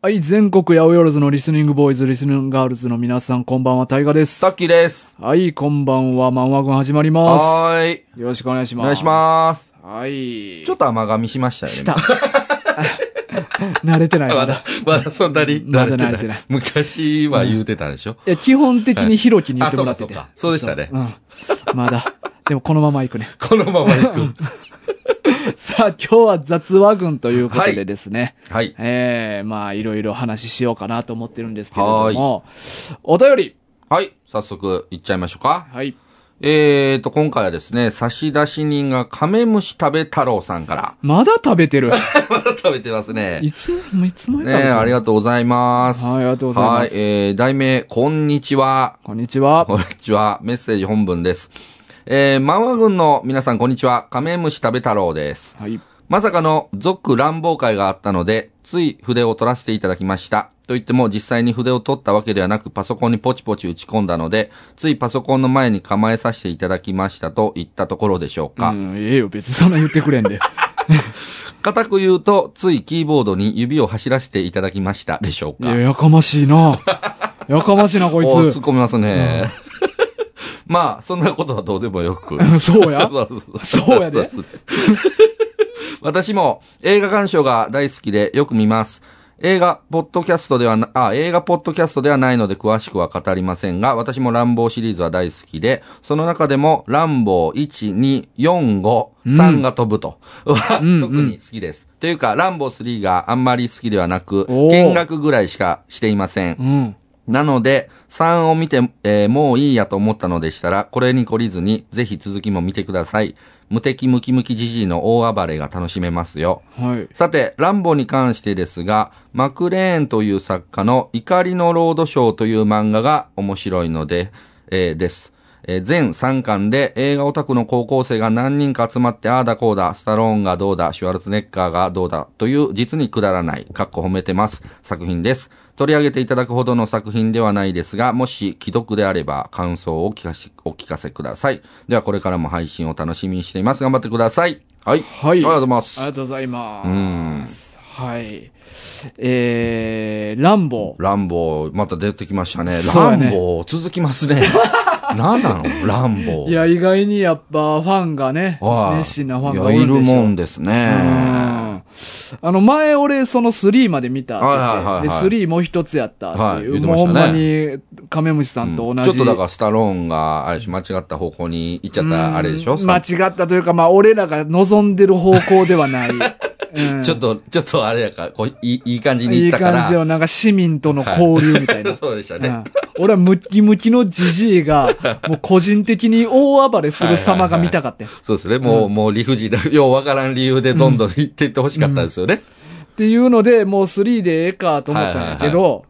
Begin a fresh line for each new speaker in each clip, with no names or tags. はい、全国八百万のリスニングボーイズ、リスニングガールズの皆さん、こんばんは、タイガです
さ。っきです。
はい、こんばんは、漫画軍始まります。
はーい。
よろしくお願いし
お
ます。
願いします。
す。はい。
ちょっと甘噛みしましたよね。
した。 慣れてない
ま
ま
だ
だ。、
まだそんなに慣れてな
まだ
い。
慣れてない
昔は言うてたでしょ、
いや、基本的にヒロキに言ってもらってて。
あそうかそうかそうでした
うん。まだ。でも、このまま行くね。
このまま 行く。
さあ、今日は雑話群ということでですね。
はい。
ええまあ、いろいろ話ししようかなと思ってるんですけれども。お便り
はい。早速、行っちゃいましょうか。
はい。
えーと、今回はですね、差出人がカメムシ食べ太郎さんから。
まだ食べてる。
まだ食べてますね。
いつ、もういつまで食べてる
ねありがとうございます。
はいありがとうございます
はい。えー、題名、こんにちは。
こんにちは。
こんにちは。メッセージ本文です。えー、マンワ軍の皆さん、こんにちは。カメムシ食べ太郎です。
はい。
まさかの族乱暴会があったので、つい筆を取らせていただきました。と言っても実際に筆を取ったわけではなくパソコンにポチポチ打ち込んだので、ついパソコンの前に構えさせていただきましたと言ったところでしょうか。
うん、ええよ、別にそんな言ってくれん で。
固く言うと、ついキーボードに指を走らせていただきましたでしょう
い
か
や、。やかましい な。やかましいな、こい
おー突
つ
っ。込みますね。 まあ、そんなことはどうでもよく。
そうや。
そうそう
そうやで
そうそう 私も映画鑑賞が大好きでよく見ます。映画、ポッドキャストではな、あ、映画、ポッドキャストではないので詳しくは語りませんが、私もランボーシリーズは大好きで、その中でも、ランボー1、2、4、5、3が飛ぶと、は
うん
特に好きです。というか、ランボー3があんまり好きではなく、
おー
見学ぐらいしかしていません
う。ん。
なので、3を見て、えーもういいやと思ったのでしたら、これに懲りずに、ぜひ続きも見てください。無敵ムキムキジジイの大暴れが楽しめますよ。
はい。
さて、ランボに関してですが、マクレーンという作家の怒りのロードショーという漫画が面白いので、えーです。えー全3巻で映画オタクの高校生が何人か集まって、ああだこうだ、スタローンがどうだ、シュワルツェネッカーがどうだ、という実にくだらない、かっこ褒めてます、作品です。取り上げていただくほどの作品ではないですが、もし既読であれば感想をお聞かせお聞かせください。ではこれからも配信を楽しみにしています。頑張ってください。はい。
はい
ありがとうございま
あ
す
り。がとうございます。はい。えー、ランボー。
ランボー、また出てきましたね。
そう
ラ
やね
ンボー、続きま すね。何なのランボー。
いや、意外にやっぱファンがね、
はい
熱心なファンが
い
多いん
や
で
い
し
る
ょ
もんですね。
あの、前俺、その3まで見たって言って。
はいはいはいはい
で、3もう一つやったっていう。
はい言って
もう
ま
ほ
した
ん
ね
まに、カメムシさんと同じ。
ちょっとだからスタローンが、あれし、間違った方向に行っちゃった、あれでしょ
間違ったというか、まあ、俺らが望んでる方向では ない。うん
ちょっと、ちょっとあれやから、こう、いいいい感じに
い
行っ
い
たから。
感じの、なんか市民との交流みたいな。
そうでした
う
ね
ん。俺はムキムキのジジイ が、もう個人的に大暴れする様が見たかった。
そうですね。もう、もう理不尽な、ようわからん理由でどんどん行っていってほしかったですよね。
っていうので、もう3でええかと思ったんやけど、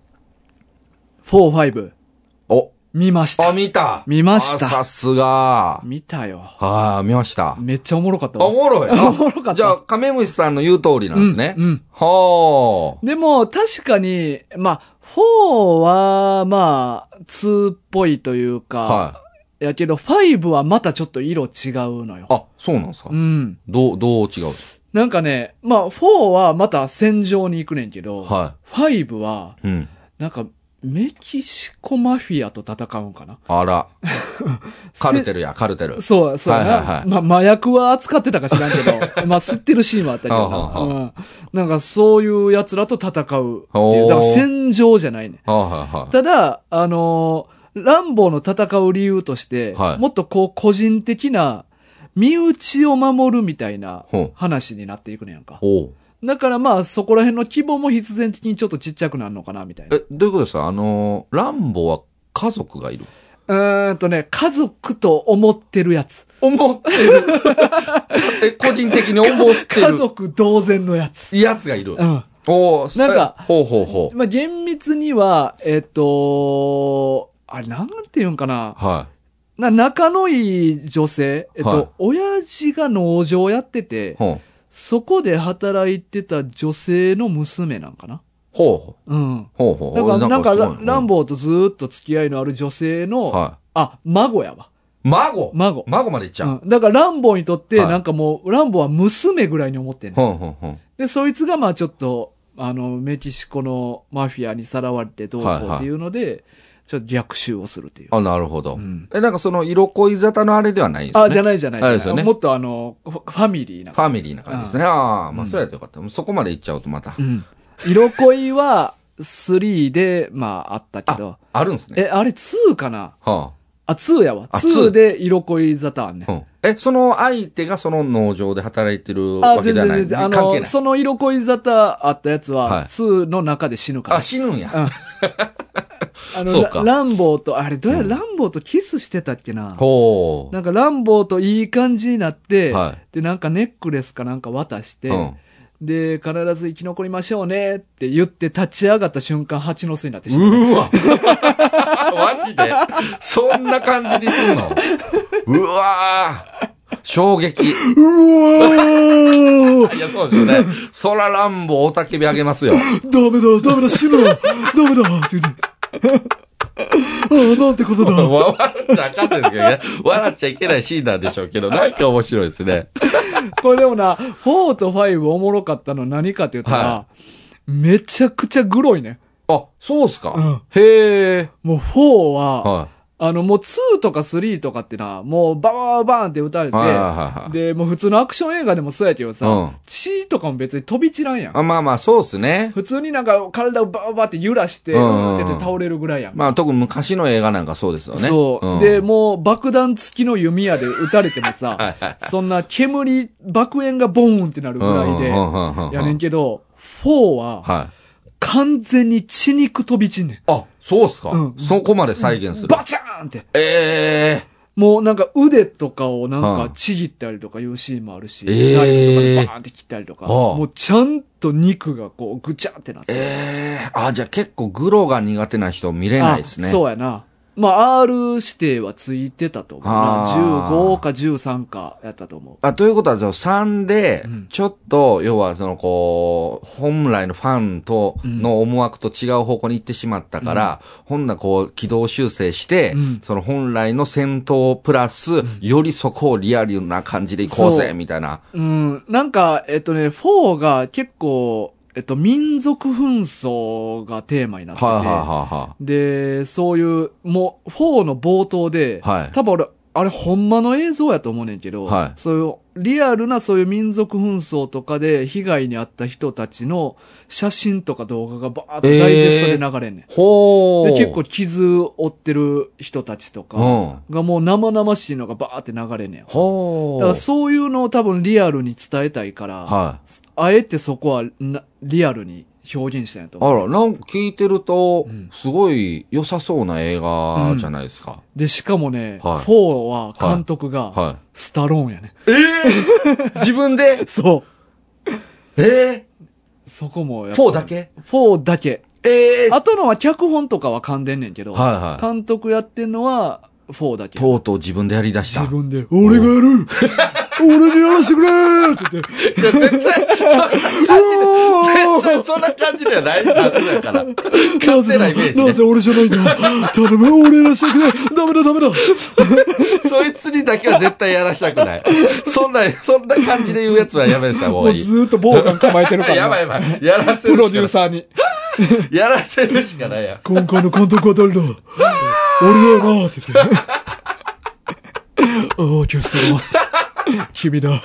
4、5、
お、
見まし
あ、
た。
見た
見ました
あさすが。
見たよ。
ああ、見ました。
めっちゃおもろかった
あ
わ
おもろい。
おもろかった
じゃあ、カメムシさんの言う通りなんですね。
うんうん
はあ。
でも、確かに、まあ、4は、まあ、2っぽいというか、
は
やけど、5はまたちょっと色違うのよ
い。。あ、そうなんですか、
うん。
どう、どう違うんです
なんかね、まあ、4はまた戦場に行くねんけど、
かは
5は、
い。うん。
なんか、メキシコマフィアと戦うんかな
あら。カルテルや、カルテル。
そう、そうやな。
はいはいはい
まあ、麻薬は扱ってたか知らんけ ど、まあ、吸ってるシーンはあったけどな
はあは
うん。なんか、そういう奴らと戦うっていう。
おー
だから戦場じゃないね。
はいはいはい。
ただ、あのーランボーの戦う理由として、
はい
もっとこう個人的な、身内を守るみたいな
ほう
話になっていくねやんか。
おう
だからまあそこら辺の規模も必然的にちょっとちっちゃくなるのかな、みたいな。
え、どういうことですかあのー、ランボは家族がいる。
うーんとね、家族と思ってるやつ。
思ってる。 え、個人的に思って
家
る。
族同然のやつ。
やつがいる
う。ん。
おう
なんか、
ほうほうほう。
まあ厳密には、えっと、あれなんていうんかな。
は
な仲のいい女性、えっと、
はい
親父が農場やってて
い。、ほう。
そこで働いてた女性の娘なんかな
ほう。
うん。
ほうほう。
なんか、なんか、
すごい
ラランボーとずーっと付き合いのある女性の、
は
あ、孫やわ。
い。孫
孫。
孫までいっちゃう。
うん、だから、ランボーにとって、
はい
なんかもう、ランボーは娘ぐらいに思ってんね、
ほうほうほう。
で、そいつが、まあちょっと、あの、メキシコのマフィアにさらわれてどうこ
はいは
う
い
っていうので、ちょっと逆襲をするっていう。
あ、なるほど。
ん
え、なんかその、色恋沙汰のあれではないんですね。
あ、じゃないじゃないじゃな
あれ
い
ですよね
もっとあの、ファファミリーな
フ。ァミリーな感じですね。ああ、まあ、それやとよかった。そこまで行っちゃうとまた
う。ん。色恋は3で、まあ、あったけど
あ。、あるんですね。
え、あれ2かな
は
あ、2やわ。
あ
2で色恋沙汰あんね
あ。。うん。え、その相手がその農場で働いてる
あ、
わけ
全
では
然
ない。
全然。あ
関係
の、
ない。
その色恋沙汰あったやつ
はい
は、2の中で死ぬから
あ、。死ぬんや。
あの
そうか
ラ、ランボーと、あれ、どうや、ランボーとキスしてたっけな。
ほう。
なんか、ランボーといい感じになって、
はい
で、なんかネックレスかなんか渡して、
うん
で、必ず生き残りましょうねって言って立ち上がった瞬間、蜂の巣になってしまう。
うーわ マジでそんな感じにすんのうわー衝撃。いう
わ
や、そうですよね。そら乱暴おたけびあげますよ。
ダメだ、ダメだ、死ぬダメだって言って。ああ、なんてことだ。
わ 笑っちゃあかんですけどね。笑っちゃいけないシーンなんでしょうけど、なんか面白いですね。
これでもな、4と5おもろかったの何かって言ったら、
は
めちゃくちゃグロいね。
あ、そうっすか。
うん
へえ。
もう4は、
は
あの、もう2とか3とかってな、もうバーバーバーンって打たれ
い。はいはいはいはい
て、で、もう普通のアクション映画でもそうやけどさ、
うん
血とかも別に飛び散らんやん。
あ。まあまあ、そうっすね。
普通になんか体をバーバーって揺らして、う
うんうん
ん
うん
ってやって倒れるぐらいやん。
まあ、特に昔の映画なんかそうですよね。
そう、
ん
で、もう爆弾付きの弓矢で撃たれてもさ、
はいはい
そんな煙、爆炎がボーンってなるぐらいで、
うんうんうんうんうん
やねんけど、4は
はい。
完全に血肉飛び散んねん。
あ、そうっすか、
うん
そこまで再現する。
バチャーンって。
ええ
もうなんか腕とかをなん
は
か
い
ちぎったりとかいうシーンもあるし、
えー
ナイフとかでバーンって切ったりとか、
はあ
もうちゃんと肉がこうぐちゃってなって。
ええあ、じゃあ結構グロが苦手な人見れないですね。
あそうやな。まあ、R 指定はついてたと思うな。
あー
15か13かやったと思
あということは、その3で
うん、
ちょっと、要は、その、こう、本来のファンと、の思惑と違う方向に行ってしまったから、ほんなこう、軌道修正して
うん、
その本来の戦闘プラス、よりそこをリアルな感じで行こうぜ、
そう
みたいな。
う。うん。なんか、えっとね、4が結構、えっと、民族紛争がテーマになってて、
はいはいは
で、そういう、もう、4の冒頭で、
はい
多分俺、あれ、ほんまの映像やと思うねんけど、
はい
そういう、リアルなそういう民族紛争とかで被害に遭った人たちの写真とか動画がバーってダイジェストで流れんねん。
い。ほー。
で、結構傷負ってる人たちとか
うん。
がもう生々しいのがバーって流れんねん。だ
ほ
から
ー。
そういうのを多分リアルに伝えたいから、
はい。
あえてそこはなリアルに表現したんやと思う
あら、なんか聞いてると
うん、
すごい良さそうな映画じゃないですか。
で、しかもね、
はい
4は監督が
はい。
スタローンやね。
ええ 自分で
そ
え
う。そこも
え
やっぱ
フォーだけ
?4 だけ。
ええ
あとのは脚本とかは噛んでんねんけど、
はいはい
監督やってんのは4だけ。
とうとう自分でやり出した。
自分で、俺がやる俺にやらせてくれーって言って、
いや、全然、そんな感じで、全然そんな感じではないはずだから。勝手なイメージ、ね。
俺じゃないんだ頼む、俺やらせてくれダメだ、ダメだ
そいつにだけは絶対やらしたくない。そんな、そんな感じで言うやつはやめなさい、もういい。
ーっと暴漢構えて
やばいやばい。やらせるしかない。
サーに。
やらせるしかないやん。
今回の監督は誰だ俺だよなって言って。ああ、キャストは。君だ。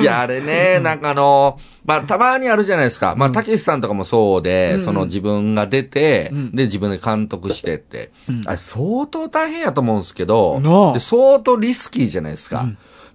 いや、あれね、なんかあの、まあ、たまにあるじゃないですか。まあ、たけしさんとかもそうで、
うん
その自分が出て、
うん
で、自分で監督してって。
ん
あれ、相当大変やと思うんですけど、
なあ
で相当リスキーじゃないですか。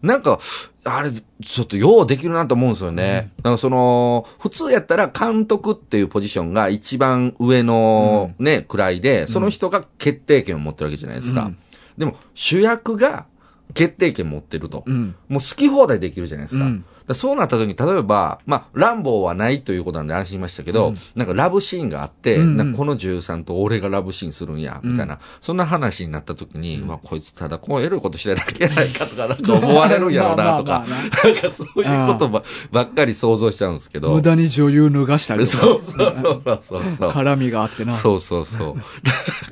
なんか、あれ、ちょっとようできるなと思うんですよね。なんかその、普通やったら監督っていうポジションが一番上のね、位で、その人が決定権を持ってるわけじゃないです
う
か。
ん
でも、主役が決定権持ってると。
うん。
もう好き放題できるじゃないですか。
うん
だからそうなった時に、例えば、まあ、乱暴はないということなんで安心しましたけど、なんかラブシーンがあって、
うんうん
なんかこの13と俺がラブシーンするんや、みたいな、そんな話になった時に、まあ、こいつただこうエロいことしてるだけやないかとか、なんか思われるんやろうな
まあ
とか、
まあまあ
なんかそういうことばばっかり想像しちゃうんですけ
な無
ど。
駄に女優脱がしたりとか
そうそうそうそうそう。
絡みがあってな。
そうそうそう。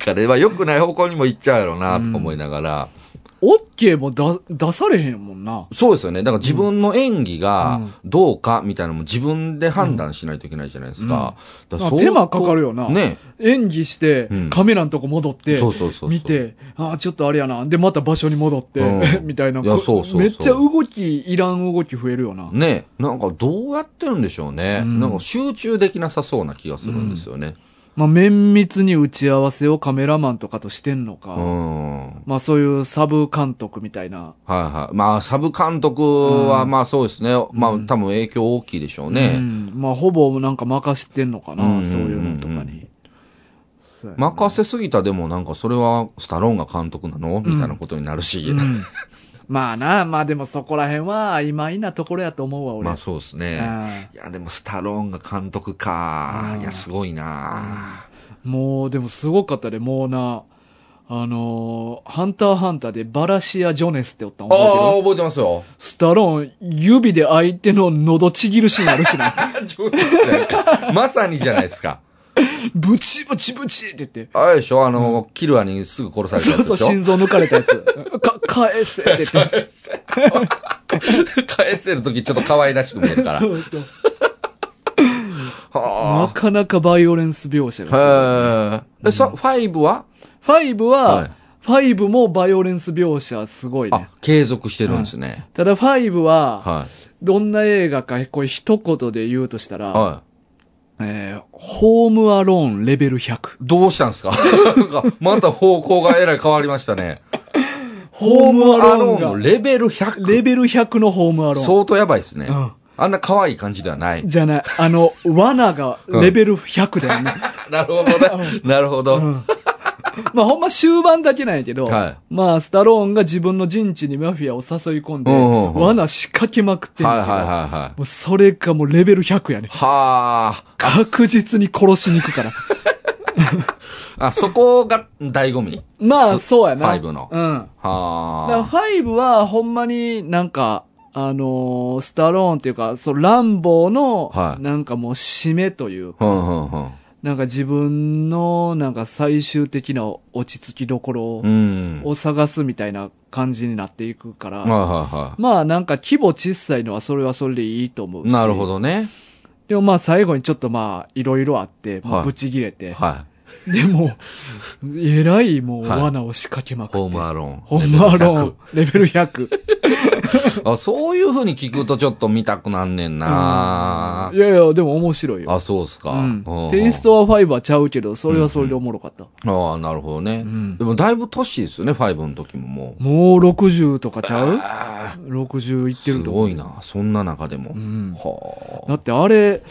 だから、良くない方向にも行っちゃうやろうな、とか思いながら。
オッケーもだ出されへんもんな。
そうですよね。だから自分の演技
う
が
ん
どうかみたいなのも自分で判断しないといけないじゃないですか。だか
ま
ら
あ
相当
手間かかるよな
ね。
演技して
うん、
カメラのとこ戻って、
そうそうそうそう
見て、ああ、ちょっとあれやな。で、また場所に戻って、
う ん
みたいな。
いやそうそうそう
めっちゃ動き、いらん動き増えるよな。
ね。なんかどうやってるんでしょうね。
うん
なんか集中できなさそうな気がするんですよね。
まあ、綿密に打ち合わせをカメラマンとかとしてんのか。
うん。はい
まあ、そういうサブ監督みたいな。
はい。まあ、サブ監督は、まあそうですね。まあ多分影響大きいでしょうね。
うん、まあ、ほぼなんか任してんのかな、
うんうんうんうん
そういうのとかに。そうやな
任せすぎたでもなんかそれはスタローンが監督なのみたいなことになるし。
うんまあな、まあでもそこら辺は曖昧なところやと思うわ、俺。
まあそうですね。
あ
いや、でもスタローンが監督か
う。ん
いや、すごいな。
あもう、でもすごかったで、もうな、あのーハンターハンターでバラシア・ジョネスっておったん覚え
あ
て
あ、
る
覚えてますよ。
スタローン、指で相手の喉ちぎるシーンある しな。
まさにじゃないですか。
ブチブチブチって言って。
あれでしょあの、キルアにすぐ殺された
そ
や
う
つ
そ
で
う、
しょ
心臓抜かれたやつ。か、返せって言って。
返せるときちょっと可愛らしく見えるか ら。
そうそう。な
は
かなかバイオレンス描写ですよ。
あ。へえ。え、さ、ファイブは
5
はい
は、ファイブもバイオレンス描写すごいね
あ。、継続してるんですね。
ただ5は、
はい。
どんな映画か、これ一言で言うとしたら、
はい。
えーホームアローンレベル100。
どうしたんですか なんかまた方向がえらい変わりましたね。
ホームアロ
ホームア
ー
の
ンが、
レベル100。
レベル100のホームアローン。
相当やばいですね。
うん
あんな可愛い感じで はない。
じゃない、あの、罠がレベル100だよ ね。
なるほどね。 なるほど。
うんまあほんま終盤だけなんやけど、
はい
まあスタローンが自分の陣地にマフィアを誘い込んで、
うんうんうん
罠仕掛けまくってん
はい
だ
はい
けど、
はいはい。
もうそれがもうレベル100やね。
はあ。
確実に殺しに行く から。
あ、そこが醍醐味。
まあそうやな。
ファイブの
うん。だから
は
ファイブはほんまになんか、あのースタローンっていうか、そう、ランボーの
は、い
なんかもう締めという、
あ。うんうんうん。
なんか自分の、なんか最終的な落ち着きどころを
うん。
を探すみたいな感じになっていくから、
はいはいは
まあなんか規模小さいのはそれはそれでいいと思う
い。
し。
なるほ。どね。
でもまあ最後にちょっとまあいろいろあって、も
は
う
い
ぶち切れて、
は
でも、えらいもう
はい
罠を仕掛けまくっ
い。
て。
ホームアローン。
ホームアロー
レ
ン、レベル100。
ベル100あ、そういう風に聞くとちょっと見たくなんねんない
やいや、でも面白いよ。
あ、そうっすか。
うん
うんうん
テイストは5はちゃうけど、それはそれでおもろかった。
ああ、なるほどね。
ん
でもだいぶ年ですよね、5の時ももう。
もう60とかちゃう ?60 いって
す
ると思う。
ごいな、そんな中でも。
うん
は
だってあれ、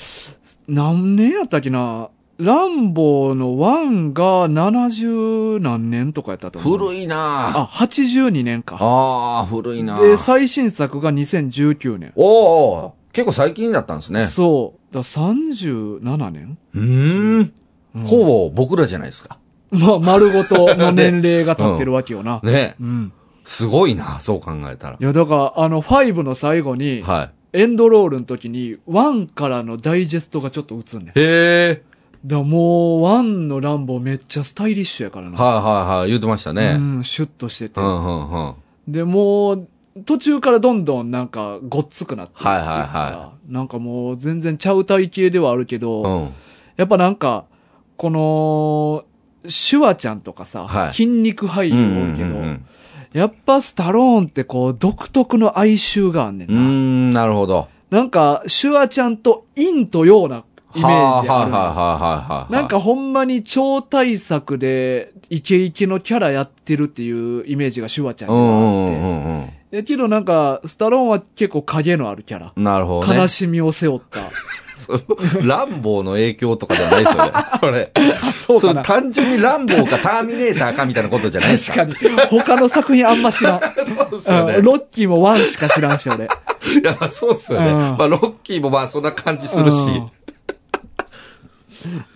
何年やったっけなランボーの1が70何年とかやったと
あ。
思う。
古
い。
いなあ
あ、82年か。
あー、古いな
で、最新作が2019年。
おーおー結構最近だったんですね。
そう。だから37年、
うーん。
うん
ほぼ僕らじゃないですか。
まあ、丸ごと の年齢が経ってるわけよな。
ね。
うん。
すごいな、そう考えたら
い。や、だから、あの、5の最後に、
は
エンドロールの時に、1からのダイジェストがちょっと映んねん。だか
い。へえ。
らもう、1のランボーめっちゃスタイリッシュやからな。
はいはいはい、言ってました
う
ね。
ん、シュッとしてて
うん、う。ん、うん。
で、もう、途中からどんどんなんか、ごっつくなってってうか。
はいはいは
なんかもう、全然ちゃう体型ではあるけど、
うん。
やっぱなんか、この、シュワちゃんとかさ、
はい
筋肉俳優
うん
多いけど、
うん
やっぱスタローンってこう、独特の哀愁があんねん
うんう
な。
ん、うーんなるほど。
なんか、シュワちゃんと陰と陽なイメージ
は
あ
いはいはい
る。
はいはい。
なんか、ほんまに超大作でイケイケのキャラやってるっていうイメージがシュワちゃん
う
に
んう
はあっ
ん
て。
うんうん。
え、けどなんか、スタローンは結構影のあるキャラ。
なるほどね。
悲しみを背負った。
そうランボーの影響とかじゃないですよね。これ。
そうか
それ
な。
単純にランボーかターミネーターかみたいなことじゃないです
確
か。
かに。他の作品あんま知らん。
そうですよね
うん。ロッキーもワンしか知らんし、俺。
いや、そうっすよね。
うん
まあ、ロッキーもまあ、そんな感じするし。
うん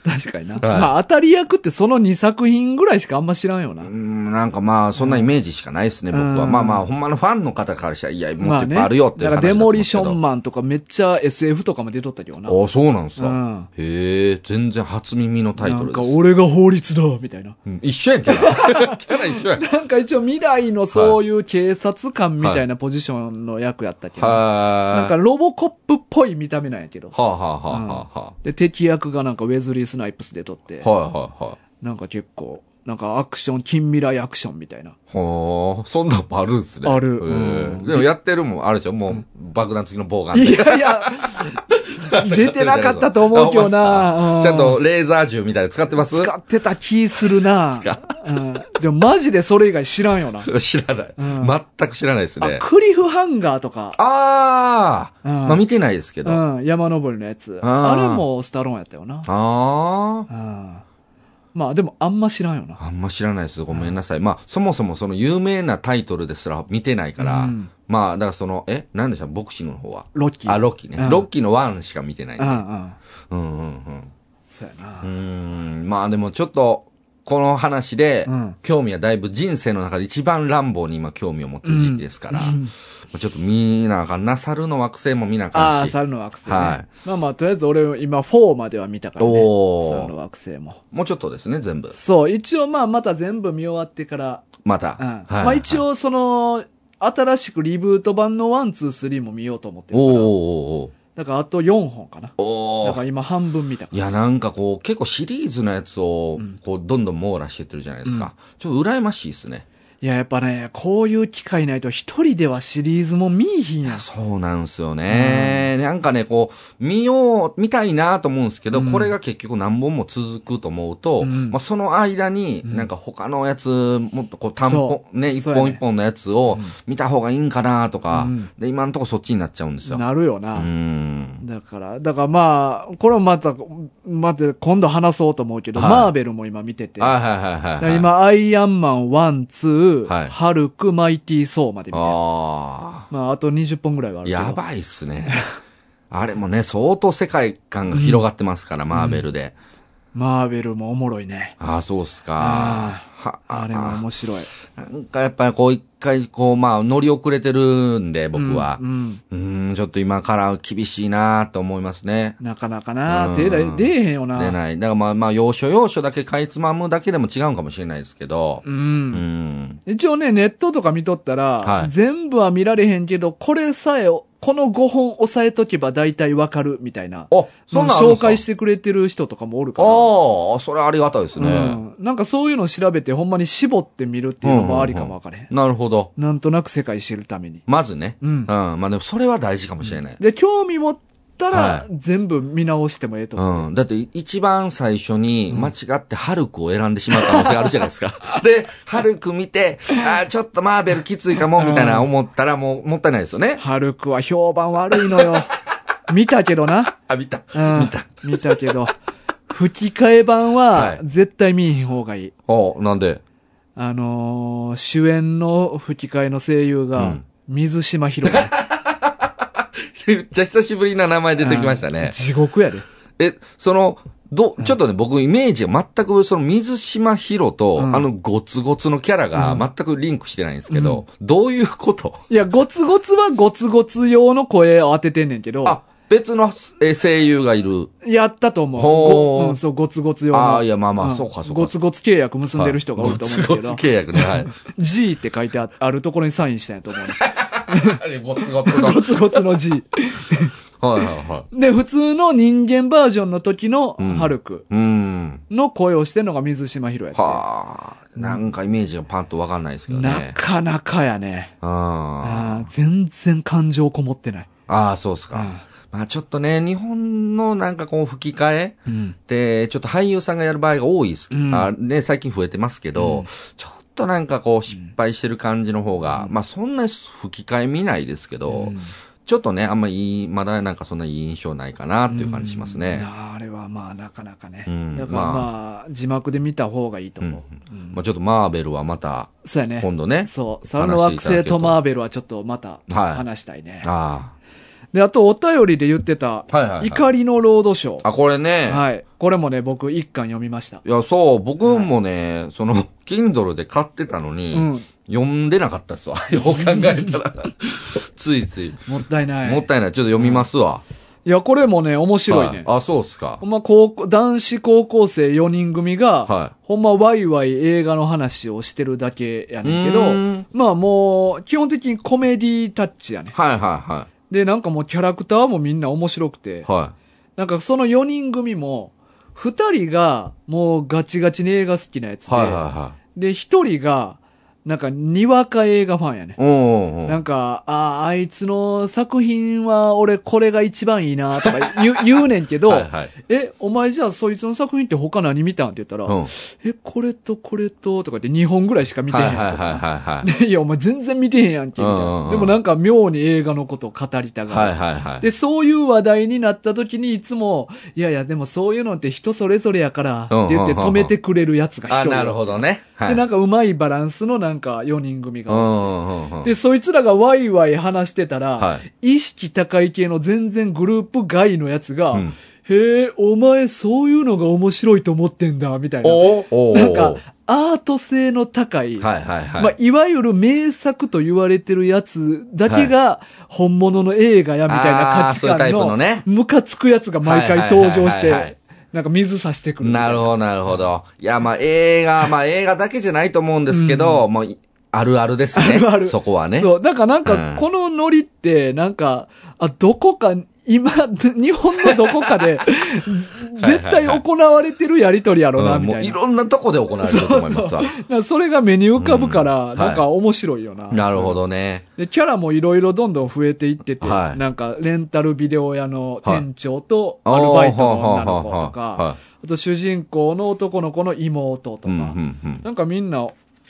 確かにな。まあ、当たり役ってその2作品ぐらいしかあんま知らんよな。
うーん、なんかまあ、そんなイメージしかないですね、
うん
僕は。まあまあ、ほんまのファンの方からしたら、いや、もっといっぱいあるよっていう
だ
話
から
だと
デ
思
モ
うんで
リ
す
シ
けど
ョンマンとかめっちゃ SF とかも出とったけどな。
ああ、そうなんすか。
うん
へえ、全然初耳のタイ
な
ト
ん
ル
か
です。
俺が法律だみたいな。
うん一緒やん、キャラ。キャラ一緒やん。
なんか一応未来のそういう警察官みたいなポジションの役やったけど、なん
は
かロボコップっぽい見た目なんやけど
あ。はあはあはあはあは
で、敵役がなんかウェズリー・スナイプスで撮って
あ。、はいはいはい。
なんか結構、なんかアクション、近未来アクションみたいな。
ほー、そんなんもあるんすね。
ある
へえ
うん
でもやってるもん、あるでしょもう、爆弾付きの棒が
いやいや、 出てなかったと思うけどな。うん
ちゃんとレーザー銃みたいなの使ってます
使ってた気するな。
使
うんでもマジでそれ以外知らんよな。
知らない、
うん
全く知らないです
あ
ね。
クリフハンガーとか、
ああー、
うん
まあ見てないですけど。あ
うん、山登りのやつ。
あ
あ
ー
れもスタローンやったよな。
あー。
うんまあでもあんま知らんよな。
あんま知らないです。ごめんなさい。まあ、そもそもその有名なタイトルですら見てないから、
うん
まあ、だからその、え、なんでしたボクシングの方は。
ロッキー。
あ、ロッキーね。
うん
ロッキーのワンしか見てない、
うんう
ね。
ん。
うんうんうん。
そうや
う
な。
ーん、まあでもちょっと、この話で
うん、
興味はだいぶ人生の中で一番乱暴に今興味を持ってる時期ですから、まあちょっと見なあかんな、猿の惑星も見なあ
あ
か
あ、
んし、
猿の惑星ね。
はい
まあまあ、とりあえず俺今4までは見たからね。
おー
猿の惑星も。
もうちょっとですね、全部。
そう、一応まあまた全部見終わってから、
また。
うん。
はい
まあ一。応その、新しくリブート版の1,2,3も見ようと思ってる
お
か
ー
ら。
おー
だからあと4本かな。
おーお
だ
ー
から今半分見たか
い
ら。
や、なんかこう、結構シリーズのやつを、こう、どんどん網羅してってるじゃないですか。ちょっと羨ましいですね。
いや、やっぱね、こういう機会ないと一人ではシリーズも見いひん
い
や
や、
ん。
そうなんですよね。なんかね、こう、見よう、見たいなと思うんですけど、
うん
これが結局何本も続くと思うと、
うん
まあ、その間に、
ん
なんか他のやつ、もっとこう、単本
そ、
ね、一
そうや
本
ね
一本のやつを見た方がいいんかなとか、
うん
で、今のとこそっちになっちゃうんですよ。
なるよ
う
な。
ん。
だから、だからまあ、これもまた、また今度話そうと思うけど、
はい
マーベルも今見てて。
はいはいはい
だか
はい、
ら
はい。
今、アイアンマン1、2、
はい
ハルク、マイティー・ソーまで見てる。
あ
まあ、あと20本ぐらいはあ
あ、
るけど。
やばいっすね。 あれもね、相当世界観が広がってますから、マーベルで。
マーベルもおもろいね。
ああ、そうっすか。は
あれも面白い。
なんかやっぱりこう一回こうまあ乗り遅れてるんで僕は
う。ん。
うーん、んちょっと今から厳しいなと思いますね。
なかなか
う
な、
ん
出ない出えへんよな。
出ない。だからまあまあ要所要所だけかいつまむだけでも違うんかもしれないですけど。
う。
うんん。
一応ね、ネットとか見とったら、
はい
全部は見られへんけど、これさえ、この5本押さえとけば大体わかるみたいな。
あ、そんなんあるん
紹
すか
介してくれてる人とかもおるから。
ああ、それありがたいですね。
うん、なんかそういうのを調べて、ほんまに絞ってみるっていうのもありかもわかれへん。
なるほど。
なんとなく世界知るために。
まずね。
うん
うん。まあでもそれは大事かもしれない。
で、興味持った
は
ら、全部見直してもええと思う。
うん。だって、一番最初に間違ってハルクを選んでしまう可能性あるじゃないで すか。で、ハルク見て、あーちょっとマーベルきついかも、みたいな思ったら、もう、もったいないですよね。
ハルクは評判悪いのよ。 見たけどな。
あ、見た。
うん、見た。見たけど。吹き替え版
は、
はい絶対見えへん方がいい。
おなんで
あのー主演の吹き替えの声優
う
が
ん、
水島ひろ み。
めっちゃ久しぶりな名前出てきました
うん
ね。
地獄やで。
え、その、ど、ちょっとね、僕、イメージが全く、その、水島ヒロと、
うん
あの、ゴツゴツのキャラが、全くリンクしてないんですけど、どういうこと
いや、ゴツゴツはゴツゴツ用の声を当ててんねんけど。
あ、別の、えー、声優がいる。
やったと思う。
ほう
ごうん、そう、ゴツゴツ用の。
ああ、いや、まあまあ、
ん
そうか、そうか。
ゴツゴツ契約結んでる人がおると思うんだけど、
はいゴツゴツ契約 ね、はい。
G って書いてああるところにサインしたんやと思うね。
ゴ ツゴツの。はい
ゴツゴツの G。
はいは
で、普通の人間バージョンの時の
ん
ハルク
い。 うん。
の声をしてるのが水島ひろやって。
はあ、なんかイメージがパンとわかんないですけど
な
ね。
かなかやね。
あ
あー全然感情こもってない。
ーあー、そうっすか。
うん
まあちょっとね、日本のなんかこう吹き替えって、ちょっと俳優さんがやる場合が多いです、
うん
あね、最近増えてますけど、ちょっとなんかこう失敗してる感じの方が、まあそんな吹き替え見ないですけど、
うん
ちょっとね、あんまいい、まだなんかそんないい印象ないかなっていう感じしますね。
なあれはまあなかなかね。
うん
だから
まあ
まあ、字幕で見た方がいいと思う。うん
まあちょっとマーベルはまた、
そうやね。
今度ね。
そう。猿の惑星とマーベルはちょっとまた
はい
話したいね。
あ
で、あとお便りで言ってた、
はいはいはい
怒りのロードショー。
あ、これね。
はい。これもね、僕一巻読みました。
いや、そう、僕もね、その、Kindle で買ってたのに、
うん
読んでなかったっすわ。 よう考えたら。ついつい。
もったいない。
もったいない。ちょっと読みますわ。
いや、これもね、面白いね。
はあ、そうっすか
ほ。んま高校、男子高校生4人組が、
は
ほんまワイワイ映画の話をしてるだけやねんけ
う
ど
ーん、
まあもう、基本的にコメディタッチやね。
はいはいは
で、なんかもうキャラクターもみんな面白くて
い。、は
なんかその4人組も、2人がもうガチガチに映画好きなやつ
い。
で、
はいはいは
で、1人が、なんかにわか映画ファンやね
い。。うんうんう。
なんんか、ああ、あいつの作品は俺これが一番いいなとか 言う言うねんけど、
はいはい。
え、お前じゃあそいつの作品って他何見たんって言ったら、
うん。
え、これとこれと、とかって2本ぐらいしか見てへん
は
や
い
んと
はいはい
か。
はい
でいや、お前全然見てへんやんけ、みたい
うんうんう
な。
ん
でもなんか妙に映画のことを語りたがる。
はい。はいはいはい。
で、そういう話題になった時にいつも、いやいや、でもそういうのって人それぞれやから、
うんうんうん
って言って止めてくれるやつが一
あ、
人。
なるほどね。はい。
で、なん
か、
かうまいバランスのなんか4人組
う
が。
んうんうんうん。
で、そいつらがワイワイ話してたら、
は
意識高い系の全然グループ外のやつが、
うん
へえ、お前そういうのが面白いと思ってんだ、みたいな。
おーおー
なんか
おー、
アート性の高い、
はいはいはい。
まあ、いわゆる名作と言われてるやつだけが本物の映画やみたいな価値
あーそういうタ
観
イプの
の
ね
ムカつくやつが毎回登場し
はいはいはいはいは
て
い、
なんか水差してくるみたい。
なるほど、なるほど。いや、まあ、映画、まあ、映画だけじゃないと思うんですけど、もうい、あるあるですね。
あるある
そこはね。
そう、だからなん
う
か
ん
このノリって、なんか、あ、どこか、今、日本のどこか で、絶対行われてるやりとりやろうな、
ん、
み
も
た
う
い
い
な。
ろんなとこで行われると思いますわ。
なんかそれが目に浮かぶから、
うん
なんか面白いよな。
なるほどね。
で、キャラもいろいろどんどん増えていってて、
はい
なんか、レンタルビデオ屋の店長と、
はい
アルバイトの女の子と
あーはあはあはあは
か
い、
あと主人公の男の子の妹と
うん、うん、う
か、
ん。
なんかみんな、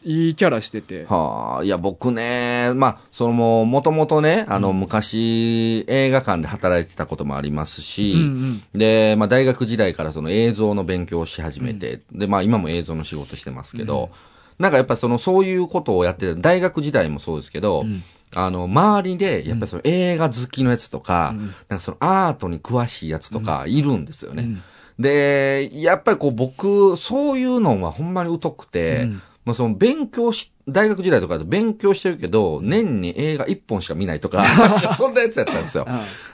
いいキャラしてて、
はあ、いや、僕ね、まあ、その、もともとね、あの、昔、映画館で働いてたこともありますし、
うん
で、まあ、大学時代からその映像の勉強をし始めて、で、まあ、今も映像の仕事してますけど、なんかやっぱその、そういうことをやってた、大学時代もそうですけど、あの、周りで、やっぱりその映画好きのやつとか、なんかそのアートに詳しいやつとかいるんですよね。で、やっぱりこう僕、そういうのはほんまに疎くて、まあその勉強し、大学時代とかだと勉強してるけど、年に映画1本しか見ないとか、 なんかそんなやつやったんですよ。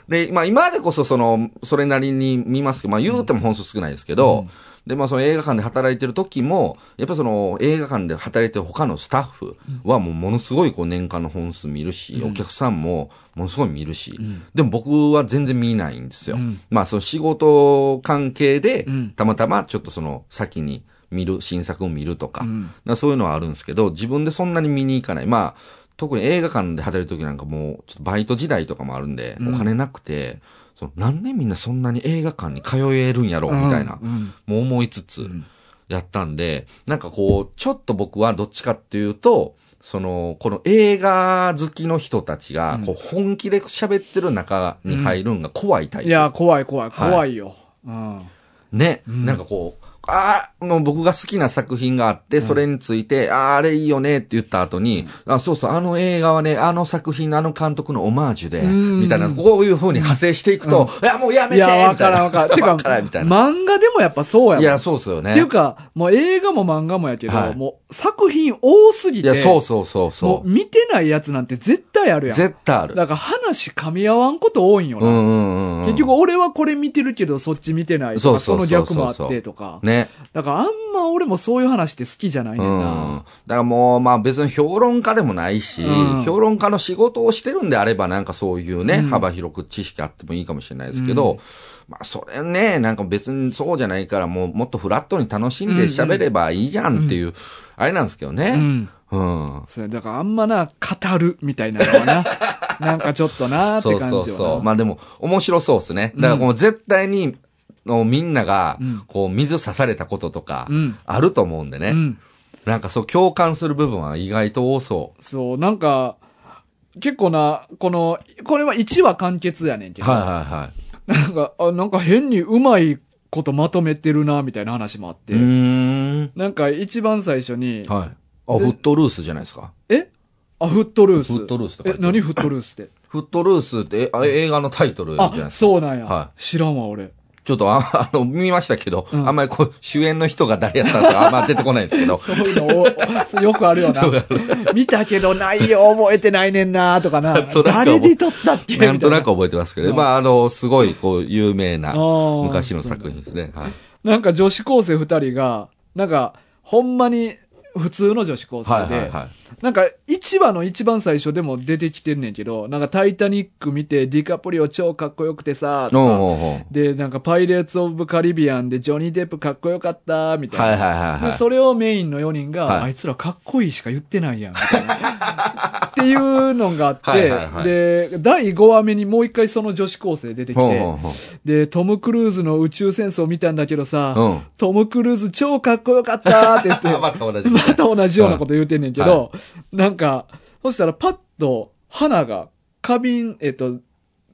で、まあ今までこそその、それなりに見ますけど、まあ言うても本数少ないですけど、で、まあその映画館で働いてる時も、やっぱその映画館で働いてる他のスタッフはもうものすごいこう年間の本数見るし、お客さんもものすごい見るし、でも僕は全然見ないんですよ。
うん
まあその仕事関係で
うん、
たまたまちょっとその先に見る、新作を見るとか、
うん
だからそういうのはあるんですけど、自分でそんなに見に行かない。まあ、特に映画館で働いてる時なんかもう、ちょっとバイト時代とかもあるんで、
うん
お金なくて、その、なんでみんなそんなに映画館に通えるんやろう、みたいな、
うん
もう思いつつ
ん、
やったんで、なんかこう、ちょっと僕はどっちかっていうと、その、この映画好きの人たちが、こう、本気で喋ってる中に入るんが怖いタイ
い
プ。
や、怖い怖い、
はい
怖いよ。うん
ね、なんかこう、ああ、もう僕が好きな作品があって、それについて、ああ、あれいいよねって言った後に、あ、そうそう、あの映画はね、あの作品のあの監督のオマージュで、
ん
みたいな、こういう風に派生していくと、いや、もうやめ
い
て
や、わ
みた
か
い
らん
な。
わからん。て
わ
か、
からんみたいな。
漫画でもやっぱそうやもん。
いや、そうですよね。
っていうか、もう映画も漫画もやけど、
はい
もう作品多すぎ
い
て、
や、そうそうそう
も
そうう。
見てないやつなんて絶対あるやん。
絶対ある。
だから話噛み合わんこと多いんよ
う
な。
んうんうんうん。
結局俺はこれ見てるけどそっち見てないと
そ
か、
うそ
そう
そ
の
うそう
逆もあってとか。
ね。
だからあんま俺もそういう話って好きじゃないねん
うん。
な
だ。からもう、まあ別に評論家でもないし、
うん
評論家の仕事をしてるんであれば、なんかそういうね、
うん
幅広く知識あってもいいかもしれないですけど、まあそれね、なんか別にそうじゃないから、もうもっとフラットに楽しんで喋ればいいじゃんっていう、あれなんですけど
う
ね。
ん。
うん。
そうだからあんまな、語るみたいなのはな。 なんかちょっとなーって
そう
感じよな。
そうそう。まあでも、面白そうですね。だからこう絶対に、のみんなが
うん、
こう水刺されたこととか
うん、
あると思うんでね。
うん。
なんかそう共感する部分は意外と多そ
そう、なんか、結構な、この、これは1話完結やねんけ
う。
ど、
はいはいはい。
なんか、あなんか変にうまいことまとめてるな、みたいな話もあって、
うーん。
なんか一番最初に、
はい。あ、フットルースじゃないですか。
えあ、フットルース。
フットルースとか
え、何フットルースって。
フットルースって、えあ映画のタイトルじゃないで
あ、
すか。
そうなんや。
は
知らんわ、俺。
ちょっとあ、あの、見ましたけど、
うん
あんまりこう、主演の人が誰やったんですか、あんま出てこないんですけど。
そういうのお およくあるよ な。見たけどないよ、覚えてないねんな、とかな。
んとなく
誰で撮ったっけみたい
なんとなく覚えてますけど、
うん
まあ、あの、すごい、こう、有名な
あ、ー
昔の作品ですね。はい。
なんか女子高生二人が、なんか、ほんまに普通の女子高
は
生
いはい
で、
はい。
なんか一話の一番最初でも出てきてんねんけど、なんかタイタニック見てディカプリオ超かっこよくてさ、と
おう
か
おうおう
で、なんかパイレーツ・オブ・カリビアンでジョニー・デップかっこよかった、みたいな。
はいはいはいはい。
でそれをメインの4人が、
はい
あいつらかっこいいしか言ってないやん、みたいな。 っていうのがあって、
はいはいはい
で、第5話目にもう一回その女子高生出てき
ほう
て
ほう、ほう
で、トム・クルーズの宇宙戦争見たんだけどさ、
うん
トム・クルーズ超かっこよかったって言って、
あま
ま
た同じ。
た同じようなこと言うてんねんけど、なんか、そしたらパッと花が、花瓶、えっと、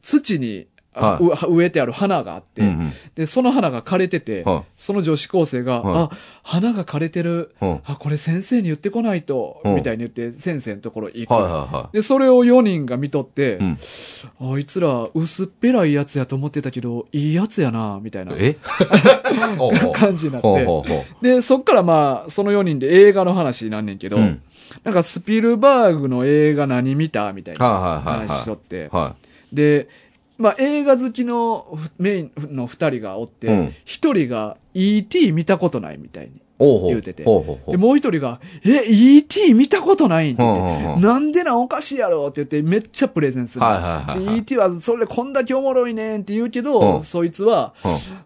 土に、あう植えてある花があって、
うんうん
で、その花が枯れてて、
は
その女子高生が、
は
あ、花が枯れてる。
いうん
あ、これ先生に言ってこないと、
うん
みたいに言って先生のところ行く。
はいはいはい。
で、それを4人が見とって、
うん
あいつら薄っぺらいやつやと思ってたけど、いいやつやな、みたいな
え ほうほう
感じになって。
ほうほうほ
で、そっからまあ、その4人で映画の話になんねんけ
う。
ど、
うん。
なんかスピルバーグの映画何見たみたいな
はいはいはい
話しと
は
って、
い。は
で、まあ、映画好きのふメインの二人がおっ
う
て
ん、
一、人が E.T. 見たことないみたいに。
い。おうほう。
言うてて
ほうほうほう。
で、もう一人が、え、E.T. 見たことないんって
ほう
言っ
ほ
て
うほう
なんでなんおかしいやろって言ってめっちゃプレゼンする。
はいはいはいはい
で E.T. はそれこんだけおもろいねんって言うけど、
うん
そいつは、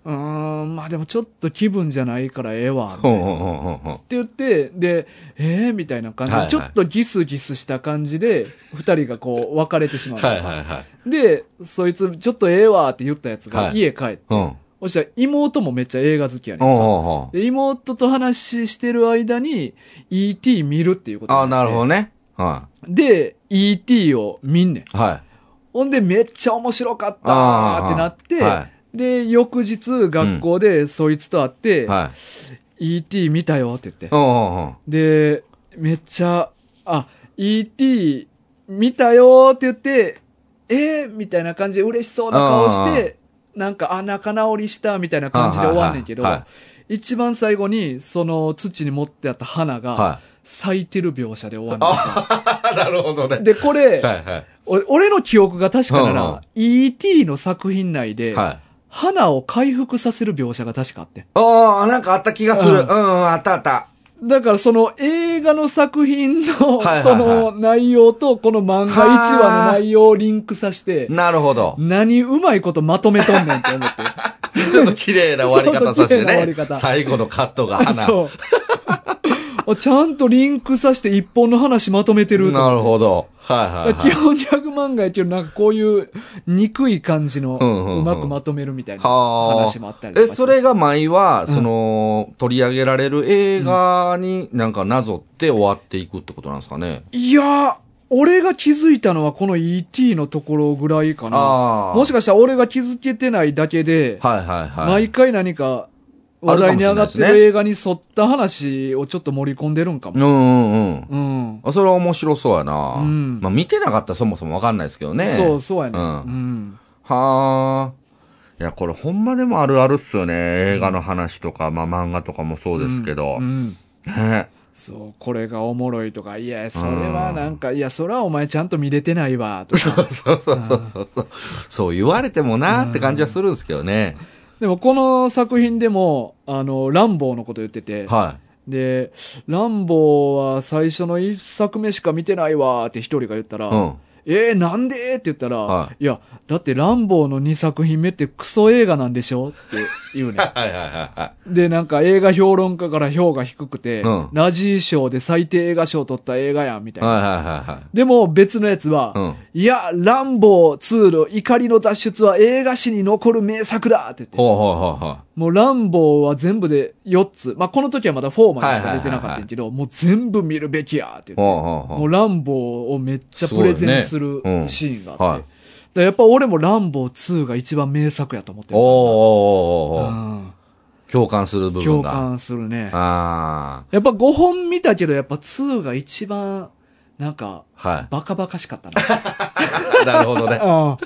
う
う
ん
ーん、まあでもちょっと気分じゃないからええわ。みた
ほ
い
う
な
ほうほうほうほう。
って言って、で、えー、みたいな感じで、
はいはい
ちょっとギスギスした感じで、二人がこう、別れてしまう。
はいはいはい。
で、そいつ、ちょっとええわって言ったやつが、
はい
家帰って、
うん。ほう
そしたら妹もめっちゃ映画好きやねん
ほうほう。
で妹と話してる間に、E.T. 見るっていうこと
ああ、
に
な
っ
る
て
ほどね。は
で、E.T. を見んねん。
い。はい。
ほんで、めっちゃ面白かった
あ
ー
ー
ってなって、
は
で、翌日、学校でそいつと会って、
い。はい。
E.T. 見たよって言って。
ほうほ
で、めっちゃ、あ、E.T. 見たよーって言って、えー、みたいな感じで嬉しそうな顔して、なんか、あ、仲直りしたみたいな感じで終わんねんけど
はいはいは、
一番最後に、その土に持ってあった花
う。
が、
は
咲いてる描写で終わんねん
い。なるほどね。
で、これ、
はいはい。
俺俺の記憶が確かなら、
うんうん
E.T. の作品内で、
はい。
花を回復させる描写が確かあって。
ああ、なんかあった気がする。
う
うんん、うん、あったあった。
だからその映画の作品の、
はいはいはい
その内容とこの漫画1話の内容をリンクさせて、
なるほど。
何うまいことまとめとんねんって思 って。
ちょっと綺麗な終わり
そ
方させて
うそう綺麗な終わり
ね
方。
最後のカットが花。
そう。あちゃんとリンクさせて一本の話まとめてると
な
思
る
って。
ほど。はいはい、
だから
はい
基。本ギャグ漫画やけど、なんかこういう憎い感じの
うんうんうん
うまくまとめるみたいな
はあ
話もあったりと
え、
かして。
それが舞は、
うん
その、取り上げられる映画になんかなぞって終わっていくってことなんですかね。
いやー、俺が気づいたのはこの ET のところぐらいかな。
ああ。
もしかしたら俺が気づけてないだけで、
はいはいはい。
毎回何か話題に上がってる
あるかもしれないですね
映画に沿った話をちょっと盛り込んでるんか
う
も。
んうんうん。
うん。
あそれは面白そうやな。
うん
まあ見てなかったらそもそもわかんないですけどね。
そう、そうやね。う
うん
ん。
はあ。いや、これほんまでもあるあるっすよね。映画の話とか、まあ漫画とかもそうですけど。
うんうん
ね。
そう、これがおもろいとか、いや、それはなんか、いや、それはお前ちゃんと見れてないわ、とか。
そうそうそうそうそう。そう言われてもなーって感じはするんですけどね。
でもこの作品でも、あの、ランボーのこと言ってて、
は
で、ランボーは最初の一作目しか見てないわーって一人が言ったら、
い。うん。
えー、なんでって言ったら、、
はい
や、だってランボーの二作品目ってクソ映画なんでしょって言うね。
はいはいはいは
で、なんか映画評論家から評が低くて、
うん
ラジー賞で最低映画賞を取った映画やん、みた
い。
いな。
はいはいはいはい。
でも別のやつは、
うん
いや、ランボー2の怒りの脱出は映画史に残る名作だって言って、
ほうほうほうほう。
もうランボーは全部で4つ、まあ、この時はまだ4までしか出てなかったんやけど、もう全部見るべきやって言って、
ほうほう
も
ほ
うランボーをめっちゃプレゼンす
そ
る
うですねうん
シーンがあって、
う。はい。
だからやっぱ俺もランボー2が一番名作やと思って
おー
る。
おーおーおー
うん
共感する部分
共
が。
感するね。
あ
やっぱ5本見たけど、やっぱ2が一番、なんか、
あ。はい。
バカバカしかったな。
なるほどね。
あ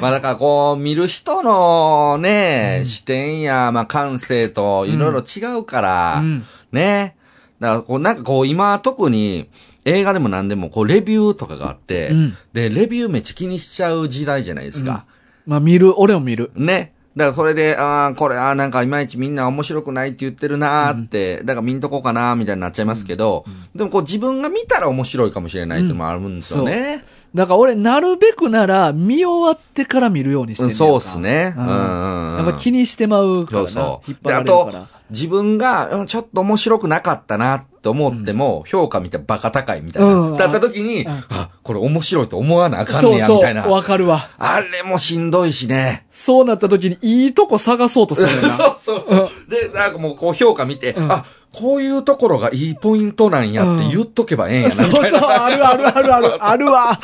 まあだからこう、見る人のね、視点や、まあ感性といろいろ違うから、
うん
ね。だからこう、なんかこう今特に映画でも何でもこうレビューとかがあって、
うん
で、レビューめっちゃ気にしちゃう時代じゃないですか。
まあ見る、俺も見る。
ね。だからそれで、ああ、これ、ああ、なんかいまいちみんな面白くないって言ってるなーって、だから見んとこうかなーみたいになっちゃいますけど、でもこう自分が見たら面白いかもしれないっていうのもあるんですよね。
だから俺、なるべくなら、見終わってから見るようにして
うんん
ねんか
そうっすね。うんうんうん
やっぱ気にしてまうからな。
そうそう。
引っ張られる
で
か
あ
ら
と。、自分が、うんちょっと面白くなかったなって思っても、評価見てバカ高いみたいな。
うん
だった時に、
うん
あ、これ面白いと思わなあかん
そ
ね
う
や、み
そ
たいな。
う。わかるわ。
あれもしんどいしね。
そうなった時に、いいとこ探そうとす
そう
るよな。
そうそう。で、なんかもうこう評価見て、
ん
あ、こういうところがいいポイントなんやって言っとけばええんやな、
そう
みたい
そう、
な。
あるあるあるある、ある わ。
あ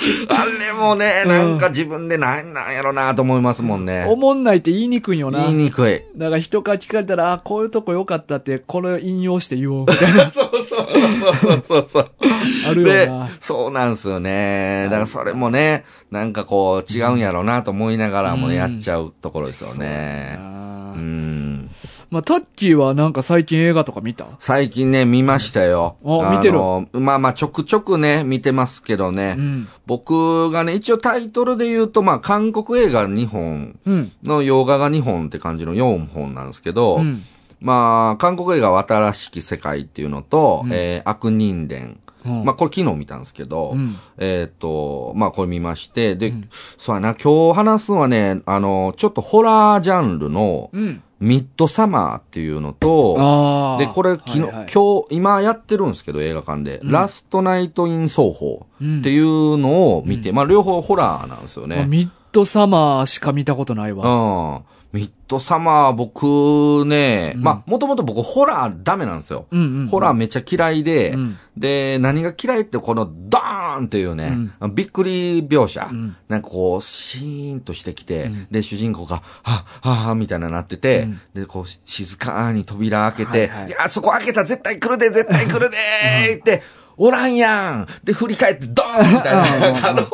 れもね、なんか自分でなんなんやろなと思いますもんね
お。もんないって言いにくいよな
言い。にく い。
だから人から聞かれたら、あ、こういうとこ良かったって、これ引用して言おうみ たいな。
そうそうそうそうそうそう。
あるよな
で。そうなんすよね。だからそれもね、なんかこう違うんやろうなと思いながらもね、
うん
やっちゃうところですよね。
あ
う
ー
ん。
まあ、タッキーはなんか最近映画とか見た
最近ね、見ましたよ。
お
あの
見てる
まあまあ、ちょくちょくね、見てますけどね。
うん。
僕がね、一応タイトルで言うと、まあ、韓国映画2本
うん。
の洋画が2本って感じの4本なんですけど、
うん。
まあ、韓国映画渡らしき世界っていうのと、えー悪人伝。
うん
まあ、これ昨日見たんですけど、
うん
えーっと、まあ、これ見まして、で、そうやな、今日話すのはね、あの、ちょっとホラージャンルの
うん。
ミッドサマーっていうのと、
ああ。
で、これ昨日、
はいはい
今日、今やってるんですけど、映画館で、ラストナイト・イン・奏法
うん
っていうのを見て、まあ、両方ホラーなんですよね。
まあミッドサマーしか見たことないわ。
うん。ミッドサマー、僕ね、
うん
まあ、もともと僕、ホラーダメなんですよ。
うんうん。
ホラーめっちゃ嫌いで、
うん
で、何が嫌いって、この、ドーンっていうね、びっくり描写、
ん
なんかこう、シーンとしてきて、で、主人公が、はっ、はっ、みたいななってて、で、こう、し静かに扉開け
はい
て、
いはい
や、そこ開けたら絶対来るで、絶対来るでーって、おらんやんで、振り返って、ドーンみたいな、あの、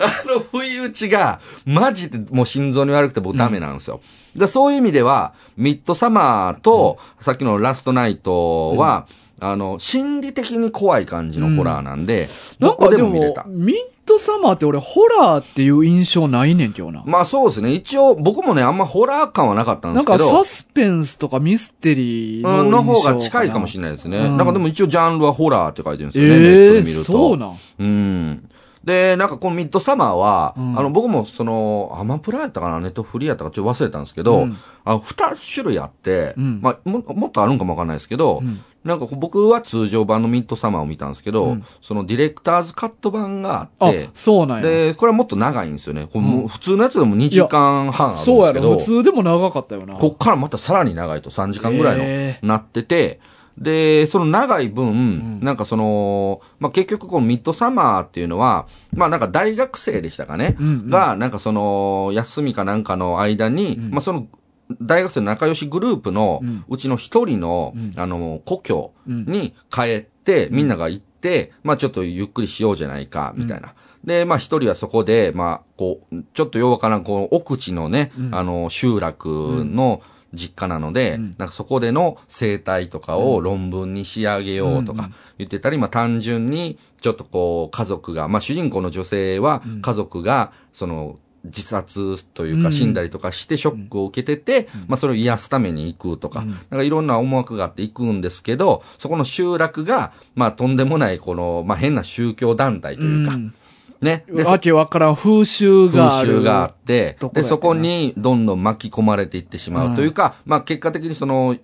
あの、不意打ちが、マジでもう心臓に悪くて僕ダメなんですよ。だからそういう意味では、ミッドサマーと、さっきのラストナイトは、あの、心理的に怖い感じのホラーなんで、
な
ど
ん
こ
か
で
で
も
も
見れた、。
ミッドサマーって俺、ホラーっていう印象ないねんけどな。
まあそうですね。一応、僕もね、あんまホラー感はなかったんで
なん
すけ
か
ど
サ、スペンスとかミステリーの印
う
象
んの方が近いかもし
れ
れないですね。
うん
なんかでも一応ジャンルはホラーって書いてるんですよね、ネット
ええ
で
ー、
見ると。
そうなん。
うん。で、なんかこのミッドサマーは、
うん
あの、僕もその、アマプラやったかな、ネットフリーやったかちょっと忘れたんですけど、
うん
あの二種類あって、
うん
まあも、もっとあるんかもわかんないですけど、
うん
なんかこう僕は通常版のミッドサマーを見たんですけど、
うん
そのディレクターズカット版があっ
あ
て、、
そうなんや。
で、これはもっと長いんですよね。これもう
うん
普通のやつでも2時間半あるん
そう
で
や
すけ
ろ。
ど、
普通でも長かったよな。
こっからまたさらに長いと3時間ぐらいの、
え
なってて、で、その長い分、
ん
なんかその、まあ、結局このミッドサマーっていうのは、まあ、なんか大学生でしたかね、
うんうん
が、なんかその、休みかなんかの間に、
うん
まあ、その、大学生の仲良しグループの
うん
うちの一人の、
うん
あの、故郷
うん
に帰って、みんなが行って、まあ、ちょっとゆっくりしようじゃないか、みたいな。で、まあ、一人はそこで、まあ、こう、ちょっとようわからん、こう、奥地のね、
うん
あの、集落の実家なので、
うん
なんかそこでの生態とかを論文に仕上げようと
う
か
ん
言ってたり、まあ単純にちょっとこう家族が、まあ主人公の女性は
うん
家族がその自殺という
う
か
ん
死んだりとかしてショックを受けてて、まあそれを癒すために行くとか、
うん
なんかいろんな思惑があって行くんですけど、そこの集落が、まあとんでもないこの、まあ変な宗教団体というか、
ん
ね。で
わけわからん風習があ
風
る。
習があって
とこ、ろや
で、
ったな
そこにどんどん巻き込まれていってしまうというか、まあ結果的にその、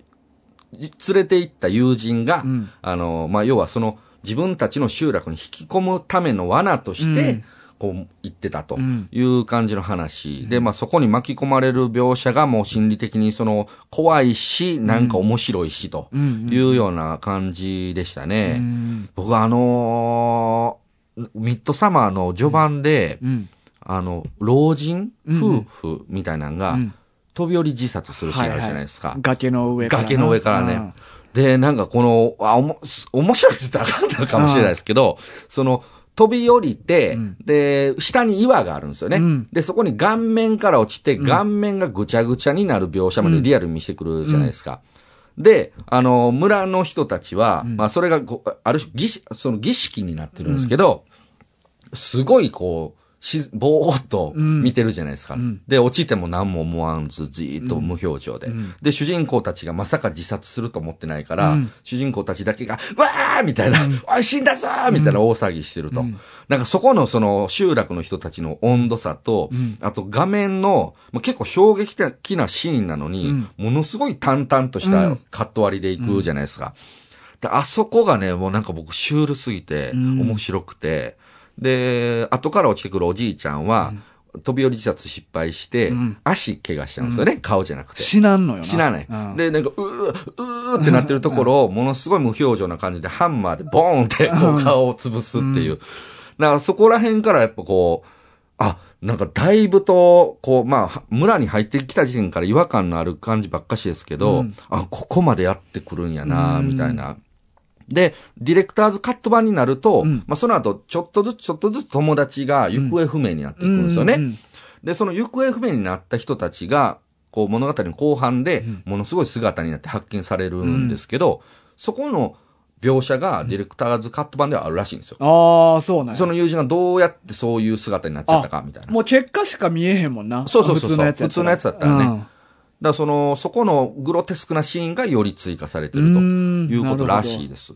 い連れて行った友人が、
うん
あの、まあ要はその自分たちの集落に引き込むための罠として、
うん
こう行ってたと
うん
いう感じの話、で、まあそこに巻き込まれる描写がもう心理的にその怖いし、なんか面白いしと
うんうん
いうような感じでしたね。
うん
僕はあのーミッドサマーの序盤で、
うん。
あの、老人
うんうん
夫婦みたいなのが
うん、
飛び降り自殺するシーンあるじゃないで
は
すか
は。崖の上からな。
崖の上から
う
ね
ん。
で、なんかこの、あ、おも、面白いって言ったらあかんのかもしれないですけど、その、飛び降りて、
うん
で、下に岩があるんですよね。
うん
で、そこに顔面から落ちて、顔面がぐちゃぐちゃになる描写までリアルに見せてくるじゃないですか。で、あの、村の人たちは、まあ、それがこう、ある種、儀式、その儀式になってるんですけど、すごいこう、し、ぼーっと見てるじゃないですか。
ん
で、落ちても何も思わんず、じーっと無表情で、
ん
で、主人公たちがまさか自殺すると思ってないから、
うん
主人公たちだけが、わーみたいな、おい、死んだぞーみたいな大騒ぎしてると。なんかそこのその集落の人たちの温度差と、
ん
あと画面の、まあ、結構衝撃的なシーンなのに、
うん
ものすごい淡々としたカット割りでいくじゃないですか。で、あそこがね、もうなんか僕シュールすぎて、
ん
面白くて、で、後から落ちてくるおじいちゃんは、飛び降り自殺失敗して、
うん
足怪我したんですよね、顔じゃなくて。
死なんのよな。
死なない
うん。
で、なんか、うー、うーってなってるところを、ものすごい無表情な感じで、ハンマーでボーンって、こう、顔を潰すっていう。だから、そこら辺からやっぱこう、あ、なんかだいぶと、こう、まあ、村に入ってきた時点から違和感のある感じばっかしですけ
う
ど、
ん
あ、ここまでやってくるんやな、
うん
みたいな。で、ディレクターズカット版になると、
うん
まあ、その後、ちょっとずつちょっとずつ友達が行方不明になっていくんですよね。
うんうん
で、その行方不明になった人たちが、こう物語の後半で、ものすごい姿になって発見されるんですけど、そこの描写がディレクターズカット版ではあるらしいんですよ。
ああ、そうなんや
その友人がどうやってそういう姿になっちゃったか、みたいな。だか
もう結果しか見えへんもんな。
そうそうそうそう
普通のやつやったら。
普通のやつだったらね
うん
らその、そこのグロテスクなシーンがより追加されて
う
ると
ーん
いうことらしいです。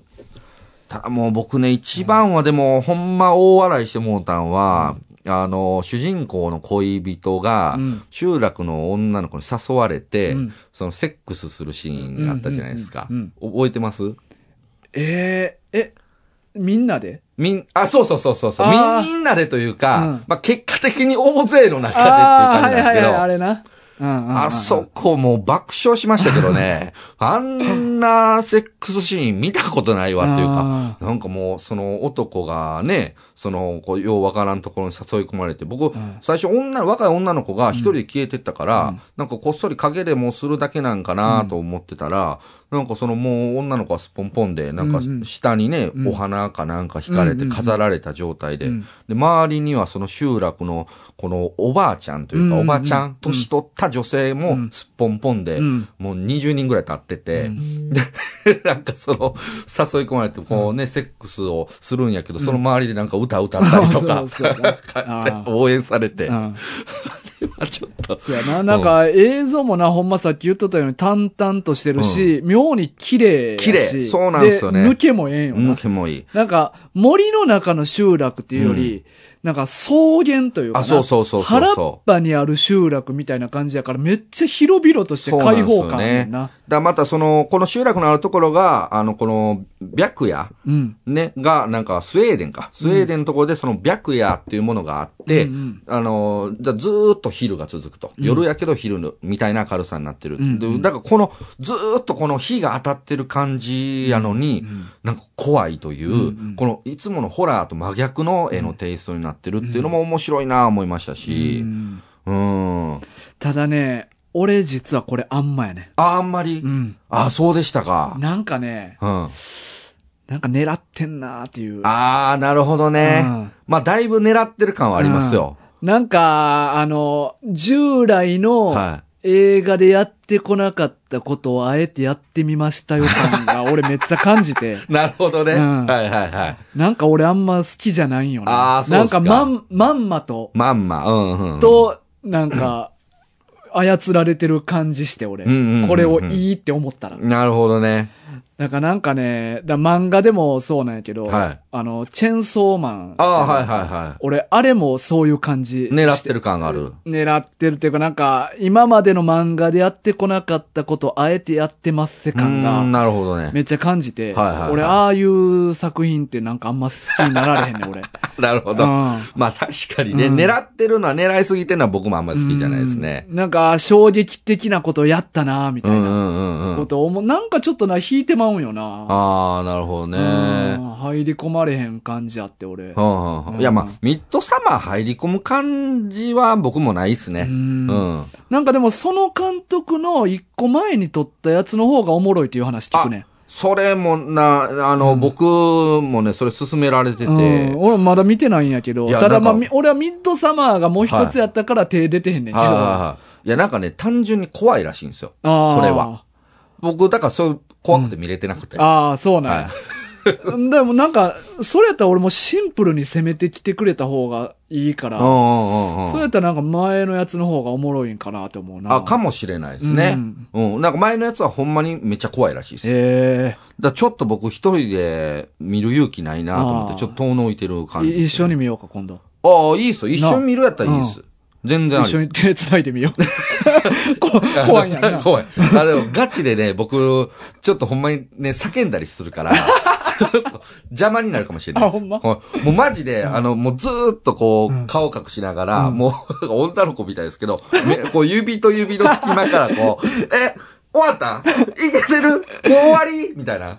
ただもう僕ね、一番はでも、ほんま大笑いしてもうたんは、あの、主人公の恋人が、
うん
集落の女の子に誘われて、
うん
そのセックスするシーンがあったじゃないですか。
うんうんうん
覚えてます
えー、え、みんなで
みん、あ、そうそうそうそうそう。
あー
みみんなでというか、
うん
まあ結果的に大勢の中でっていう
あ
感じなんです
ーはいはい
けど、
はい、あれな。うんうんうん
あそこもう爆笑しましたけど ね、あんなセックスシーン見たことないわっていうか
あ、
なんかもうその男がね、その、こう、ようわからんところに誘い込まれて、僕、最初女、若い女の子が一人で消えてったから、なんかこっそり陰でもするだけなんかなと思ってたら、なんかそのもう女の子はすっぽんぽんで、なんか
うんうん
下にね、お花かなんか惹かれ
うんう
て
んうん
飾られた状態で、
うん
で、周りにはその集落の、このおばあちゃんとい
う
うか、
んうんうん
おばあちゃん、年取った女性もすっぽんぽんで、
うん
もう20人ぐらい経ってて、で、 なんかその、誘い込まれて、こうね、セックスをするんやけど、その周りでなんか歌歌ったりとか、
そうそうそう
なんか応援され て、
うん
あちょっと、
そうやな。なんか映像もな、ほんまさっき言っとったように淡々としてるし、妙に綺麗やし。
綺麗そうなんすよね
抜けもええんよな
抜。けもいい。
なんか、森の中の集落っていうより、なんか草原というかな。
あそうそうそうそうそう
原っぱにある集落みたいな感じやから、めっちゃ広々として開放感ある
そうなんですよね
な。
だからまたその、この集落のあるところが、あの、この、白夜
うん。
ね、が、なんか、スウェーデンか。スウェーデンのところで、その、白夜っていうものがあって、
うんうん
あの、じゃあずーっと昼が続くと。夜やけど昼の、みたいな明るさになってる。
ん
でだから、この、ずーっとこの火が当たってる感じやのに、なんか怖いという、この、いつものホラーと真逆の絵のテイストになってるっていうのも面白いなぁ思いましたし、うん。あ
ただね、俺実はこれあんまやね。
あんまり、
うん。
ああ、そうでしたか。
なんかね、
うん。
なんか狙ってんなーっていう。
ああ、なるほどね。
うん
まあ、だいぶ狙ってる感はありますよ。
なんか、あの、従来の
は
映画でやってこなかったことをあえてやってみましたよ感 が俺めっちゃ感じて、
なるほどね。
うん
はいはいはい。
なんか俺あんま好きじゃないんよね。
あーそうっすか
なんかまん、まんまと、
まんま、うんうん。、
と、なんか、操られてる感じして俺
うんうんうんうん。
これをいいって思ったら。
なるほどね。
なんかなんかね、だ漫画でもそうなんやけど、
はい
あの、チェンソーマン。
ああ、はいはいは
俺、あれもそういう感じ
い。狙ってる感がある。
狙ってるっていうか、なんか、今までの漫画でやってこなかったこと、あえてやってますせ
うー
感
ん、
が、
なるほどね。
めっちゃ感じて、
はいはいはい
俺、ああいう作品ってなんかあんま好きになられへんね、 俺。
なるほ
う
ど。
ん
まあ確かにね、
うん
狙ってるのは狙いすぎてるのは僕もあんまり好きじゃないですね。
うんなんか、衝撃的なことやったな、み
う
た
ん
いうなん
うんう
こ
ん。
とを思う、なんかちょっとな、引いてまうんよな。
ああ、なるほどね。
うん入り込まれへん感じあって、俺。
はあはあはあいやまあ、ミッドサマー入り込む感じは僕もないっすね。
うん
うん。
なんかでも、その監督の一個前に撮ったやつの方がおもろいっていう話聞くね。
それもな、あの、僕もね、それ勧められて
うん
て、
俺まだ見てないんやけど、
いや
ただまあ、
なんか
み俺はミッドサマーがもう一つやったから手出てへんねんけ
はい
ど。
はいはい。いや、なんかね、単純に怖いらしいんですよ。
あー
それは。僕、だからそういう、怖くて見れてなくて。
ああ、そうなんや。
は
でもなんか、それやったら俺もシンプルに攻めてきてくれた方がいいか
い。
ら、
うんうんうんうん
それやったらなんか前のやつの方がおもろいんかなって思うな。
あ、かもしれないですね。うん、なんか前のやつはほんまにめっちゃ怖いらしいです。だか
え
らちょっと僕一人で見る勇気ないなと思っ
あ
て、
ー
ちょっと遠のいてる
え
感じ、
い一緒。に見ようか、今度。
ああ、いいっすよ。一緒に見るやったらいいっす。全然あ
一緒
り。
に手繋いでみよ う。こ 怖いんやんな。
怖い。あれ、ガチでね、僕、ちょっとほんまにね、叫んだりするから、 ちょっと邪魔になるかもしれないです。
あほんま
はいもうマジで、あの、もうずーっとこう、顔隠しながら、
うん
もう、 女の子みたいですけど、めこう、指と指の隙間からこう、 え、終わったいけてるもう終わりみたいな。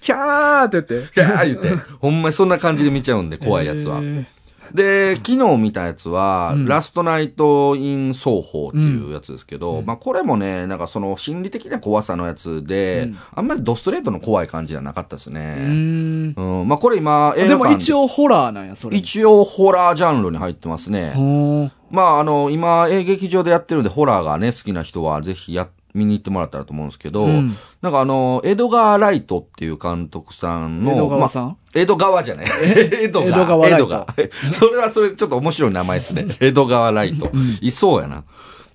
キャーって言って。
キャー言って。ほんまにそんな感じで見ちゃうんで、怖いやつは
え。ー
で、昨日見たやつは、
うん
ラストナイト・イン・奏法っていうやつですけど、まあこれもね、なんかその心理的な怖さのやつで、
うん
あんまりドストレートの怖い感じじゃなかったです
う
ね。
ーん。
うん。まあこれ今、映
でも
画館
一応ホラーなんや、それ。
一応ホラージャンルに入ってますね。
応。
まああの、今、映劇場でやってるんで、ホラーがね、好きな人はぜひや、見に行ってもらったらと思うんですけど、
うん
なんかあの、エドガー・ライトっていう監督さんの、
江戸
ま
川
あ
さん、
江戸川じゃない。江戸
江戸川
川。
ライト
江戸川。 それはそれちょっと面白い名前ですね。江戸川ライト。いそうやな。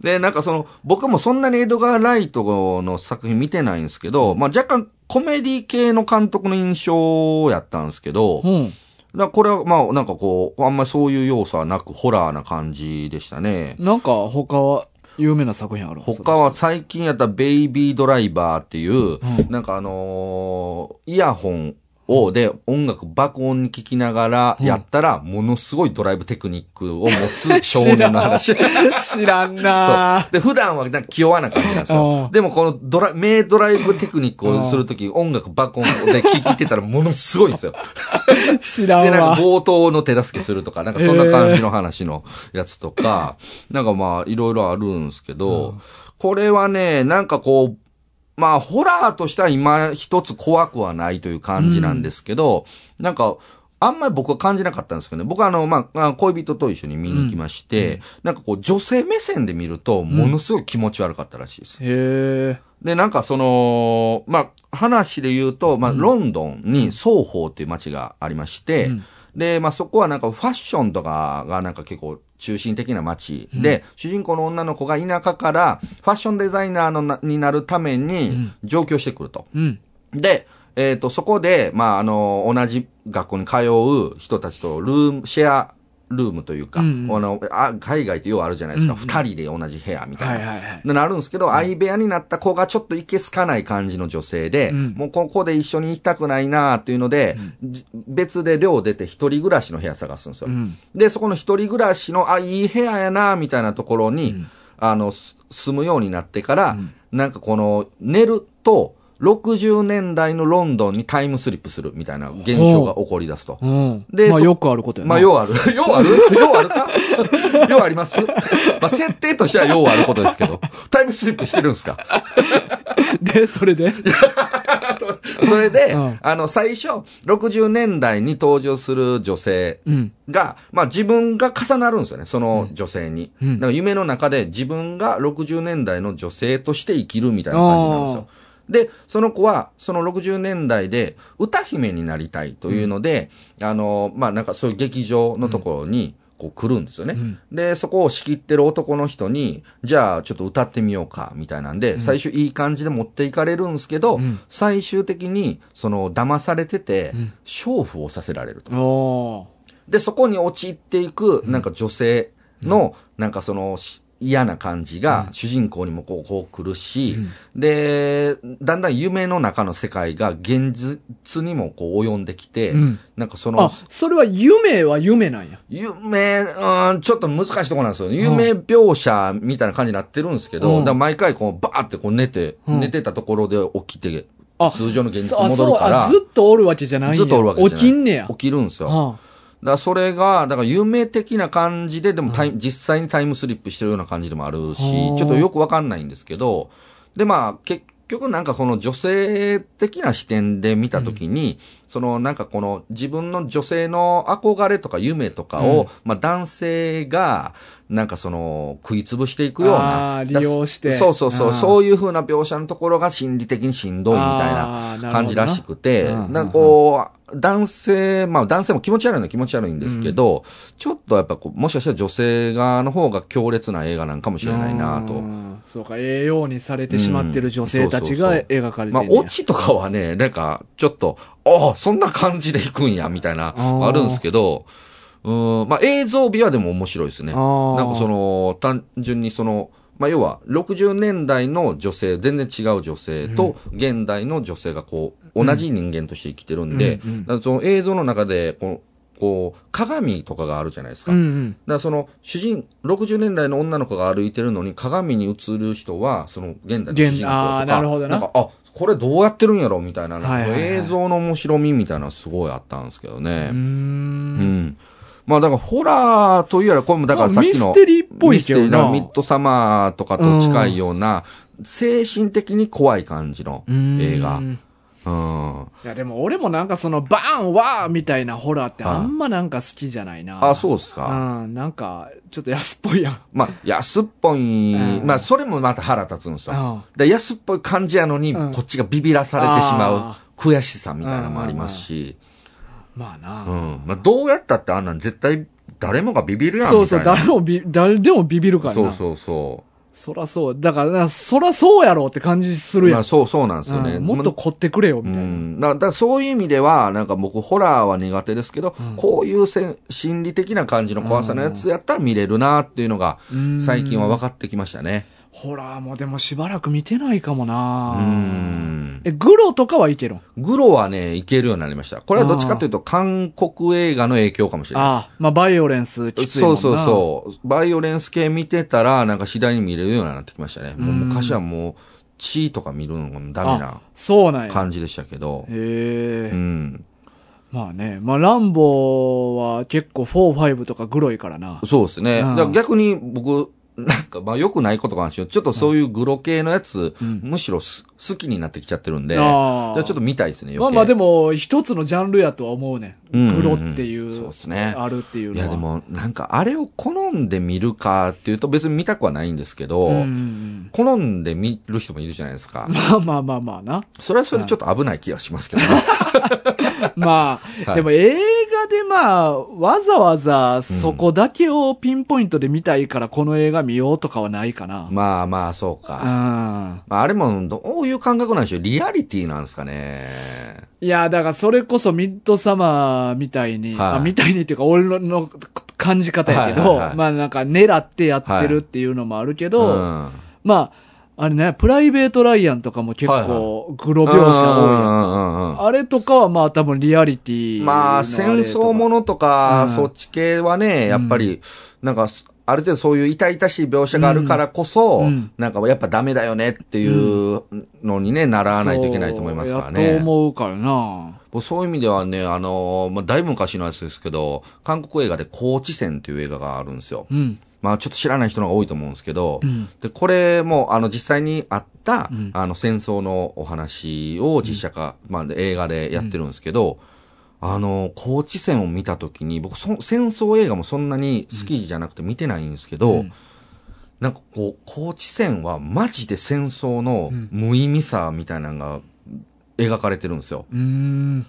で、なんかその、僕もそんなに江戸川ライトの作品見てないんですけど、まあ若干コメディ系の監督の印象やったんですけど、
うん。
だからこれはまあなんかこう、あんまりそういう要素はなくホラーな感じでしたね。
なんか他は有名な作品ある
他は最近やったベイビードライバーっていう、なんかあのーイヤホンをで音楽爆音に聞きながらやったら、ものすごいドライブテクニックを持つ少年の話。そ う。
知らんな
で、普段はなんか気弱な感じなんですよ
う。ん
でもこのドラ、名ドライブテクニックをするとき、音楽爆音で聞いてたらものすごいんですよ。
知ら
で、
ん
なん
わ
か。強盗の手助けするとか、なんかそんな感じの話のやつとか、なんかまあいろいろあるんですけど、これはね、なんかこう、まあホラーとしては今一つ怖くはないという感じなんですけど、なんか、あんまり僕は感じなかったんですけどね。僕はあの、まあ、あ恋人と一緒に見に行きまして、なんかこう女性目線で見ると、ものすごい気持ち悪かったらしいです。
へえ。
で、なんかその、まあ、話で言うと、まあ、ロンドンに双方っていう街がありまして、
うん
で、まあ、そこはなんかファッションとかがなんか結構中心的な街で、主人公の女の子が田舎からファッションデザイナーのなになるために上京してくると。
うん。
で、えっ、と、そこで、まあ、あの、同じ学校に通う人たちとルーム、シェアルームというか、
うんうん
あのあ海外ってようあるじゃないですか、二、人で同じ部屋みたいな。
はいはいはい。
なるんですけど、相部屋になった子がちょっといけすかない感じの女性で、
うん
もうここで一緒に行きたくないなっていうので、じ別で寮出て一人暮らしの部屋探すんですよ。
うん。
で、そこの一人暮らしの、あ、いい部屋やなみたいなところに、あの、す住むようになってから、なんかこの、寝ると、60年代のロンドンにタイムスリップするみたいな現象が起こり出すと。
うん。
で
まあ
そ
よくあることやな。
まあ、ようある。 ようあるようあるか ようありますまあ、設定としてはようあることですけど。タイムスリップしてるんですか
で、それ で。
それで、
うん
あの、最初、60年代に登場する女性
うん。
が、まあ自分が重なるんですよね、その女性に。
うん
だから夢の中で自分が60年代の女性として生きるみたいな感じなんですよ。で、その子は、その60年代で歌姫になりたいというので、あの、まあなんかそういう劇場のところに、こう来るんですよね、
うん
で、そこを仕切ってる男の人に、じゃあちょっと歌ってみようか、みたいなんで、最初いい感じで持っていかれるんですけど、
うん
最終的に、その、騙されてて
ん、
娼婦をさせられると。
お
で、そこに陥っていく、なんか女性の、なんかその、し嫌な感じが、主人公にもこう、こう来るし、で、だんだん夢の中の世界が現実にもこう、及んできて、
うん
なんかそ
ー。あ
の、、
それは夢は夢なんや。
夢、うん、ちょっと難しいところなんですよ。夢描写みたいな感じになってるんですけど、
うん
だから毎回こう、バーってこう寝て、
うん
寝てたところで起きて、
あ
通常の現実
あ
に戻るか
そうあ
ら、
ずっとおるわけじゃないんや。
ずっとおるわけじゃない
起きんねや
起。きるんですよ。
あ
だからそれが、だから夢的な感じで、でもタイム、実際にタイムスリップしてるような感じでもあるし
ほう、
ちょっとよくわかんないんですけど、でまあ、結局なんかこの女性的な視点で見たときに、そのなんかこの自分の女性の憧れとか夢とかを、
うん
まあ男性がなんかその食い潰していくような。
あー利用して
だそうそうそ
あー
う。そういうふうな描写のところが心理的にしんどいみたいな。
な
感じらしくて、
うんうん
な
うん
んかこう、男性、まあ男性も気持ち悪いのは気持ち悪いんですけど、ちょっとやっぱこう、もしかしたら女性側の方が強烈な映画なんかもしれないな
う
と。
んそうか、栄養にされてしまってる女性たちが
うんそう
描かれて
まあ
る、、
オチとかはね、なんか、ちょっと、ああ、そんな感じでいくんや、みたいな、
ー
あるんですけど、うん、まあ映像美はでも面白いですね。
あ
なんか
ー
その、単純にその、まあ要は、60年代の女性、全然違う女性と、現代の女性がこう、同じ人間として生きてるんで、
うんうん
だからその映像の中でこの、こう、鏡とかがあるじゃないですか。
うんう
だ
ん。
からその、主人、60年代の女の子が歩いてるのに、鏡に映る人は、その、現代の主人公
現
と
あー
か、
なるほどなん
か、あ、これどうやってるんやろみたいな、なん
はい
か
はいはい
映像の面白みみたいなのすごいあったんですけど
う。
ね。うんん。まあだから、ホラーというよりは、これもだからさっきの、
ミステリーっぽいけど
ミステリー
な。
なミッドサマーとかと近いような、精神的に怖い感じの映画。
う
うんん。
いや、でも俺もなんかその、バーンワーみたいなホラーってあんまなんか好きじゃないな。
あ、そうですか。
うん、なんか、ちょっと安っぽいやん。
まあ、安っぽい、
うん
まあ、それもまた腹立つんですよ。
あ
で安っぽい感じやのに、
うん
こっちがビビらされてしま
あ
う悔しさみたいなのもありますし、
まあな。
うん。まあ、どうやったってあんなん絶対誰もがビビるやんみたい
そ
な。
うそう、誰もび、誰でもビビるからな。
そうそうそ
そらそう。だからな、そらそうやろって感じす
う。
るや
ま
ん
あ、。そうそうなんですよね。
うんもっと凝ってくれよ、みたいな。
うん、だだからそういう意味では、なんか僕、ホラーは苦手ですけど、
うん
こういうせん心理的な感じの怖さのやつやったら見れるなっていうのが、
うん
最近は分かってきましたね。
ホラーもでもしばらく見てないかも
う
な。
ん。
え、グロとかはいけるん
グロはね、いけるようになりました。これはどっちかというと、韓国映画の影響かもしれない
ああ、まあバイオレンス
で
き
す。
ついも
そ
ん
う
な。
そうそう。バイオレンス系見てたら、なんか次第に見れるようになってきましたね。もう
うん
昔はもう、血とか見るのもダメな
あそうなんや。
感じでしたけど。
へ
う
え。
ん。
まあね、まあランボーは結構4、5とかグロいからな。
そうですね。
う
だ
ん
から逆に僕、なんか、まあ良くないことかもしれない。ちょっとそういうグロ系のやつ、
うん
むしろす好きになってきちゃってるんで、じゃ
あ
あちょっと見たいですね、
まあまあで
も、
も、一つのジャンルやとは思うね。
うんうんう
グ
ん
ロっていう、
そうですね
あるっていう
い
のは。
やでも、なんか、あれを好んで見るかっていうと別に見たくはないんですけど、
うんうんうん、
好んで見る人もいるじゃないですか。
まあまあまあまあ な。
それはそれでちょっと危ない気がします けどね。
まあ、
はい
でも映画でまあ、わざわざそこだけをピンポイントで見たいからこの映画見ようとかはないかな。
まあまあ、そうか。
うん。
まあ、あれもどういう感覚なんでしょうリアリティなんですかね。
いや、だからそれこそミッドサマーみたいに、
はい
あみたいにっていうか俺の感じ方やけど、
はいはいはい
まあなんか狙ってやってるっていうのもあるけど、
ん、
まあ、あれね、プライベートライアンとかも結
はい
構グロ描写多いやん
うんうんうんうん
あれとかはまあ多分リアリティの
まあ、
あれとか。
戦争ものとか、
うん
そっち系はね、やっぱり、なんか、ある程度そういう痛々しい描写があるからこそ、
うん
なんかやっぱダメだよねっていうのにね、習わないといけないと思いますから
そうやと
ね。
思うからな。
もうそういう意味ではね、あの、まあ、だいぶ昔のやつですけど、韓国映画で高知戦っていう映画があるんですよ。
うん。
まあちょっと知らない人の方が多いと思うんですけど、
ん
で、これもあの実際にあった、
うん
あの戦争のお話を実写化、まあ映画でやってるんですけど、あの、高知戦を見たときに、僕そ、戦争映画もそんなに好きじゃなくて見てないんですけど、
うん
なんかこう、高知戦はマジで戦争の
うん
無意味さみたいなのが描かれてるんですよ。
うーん。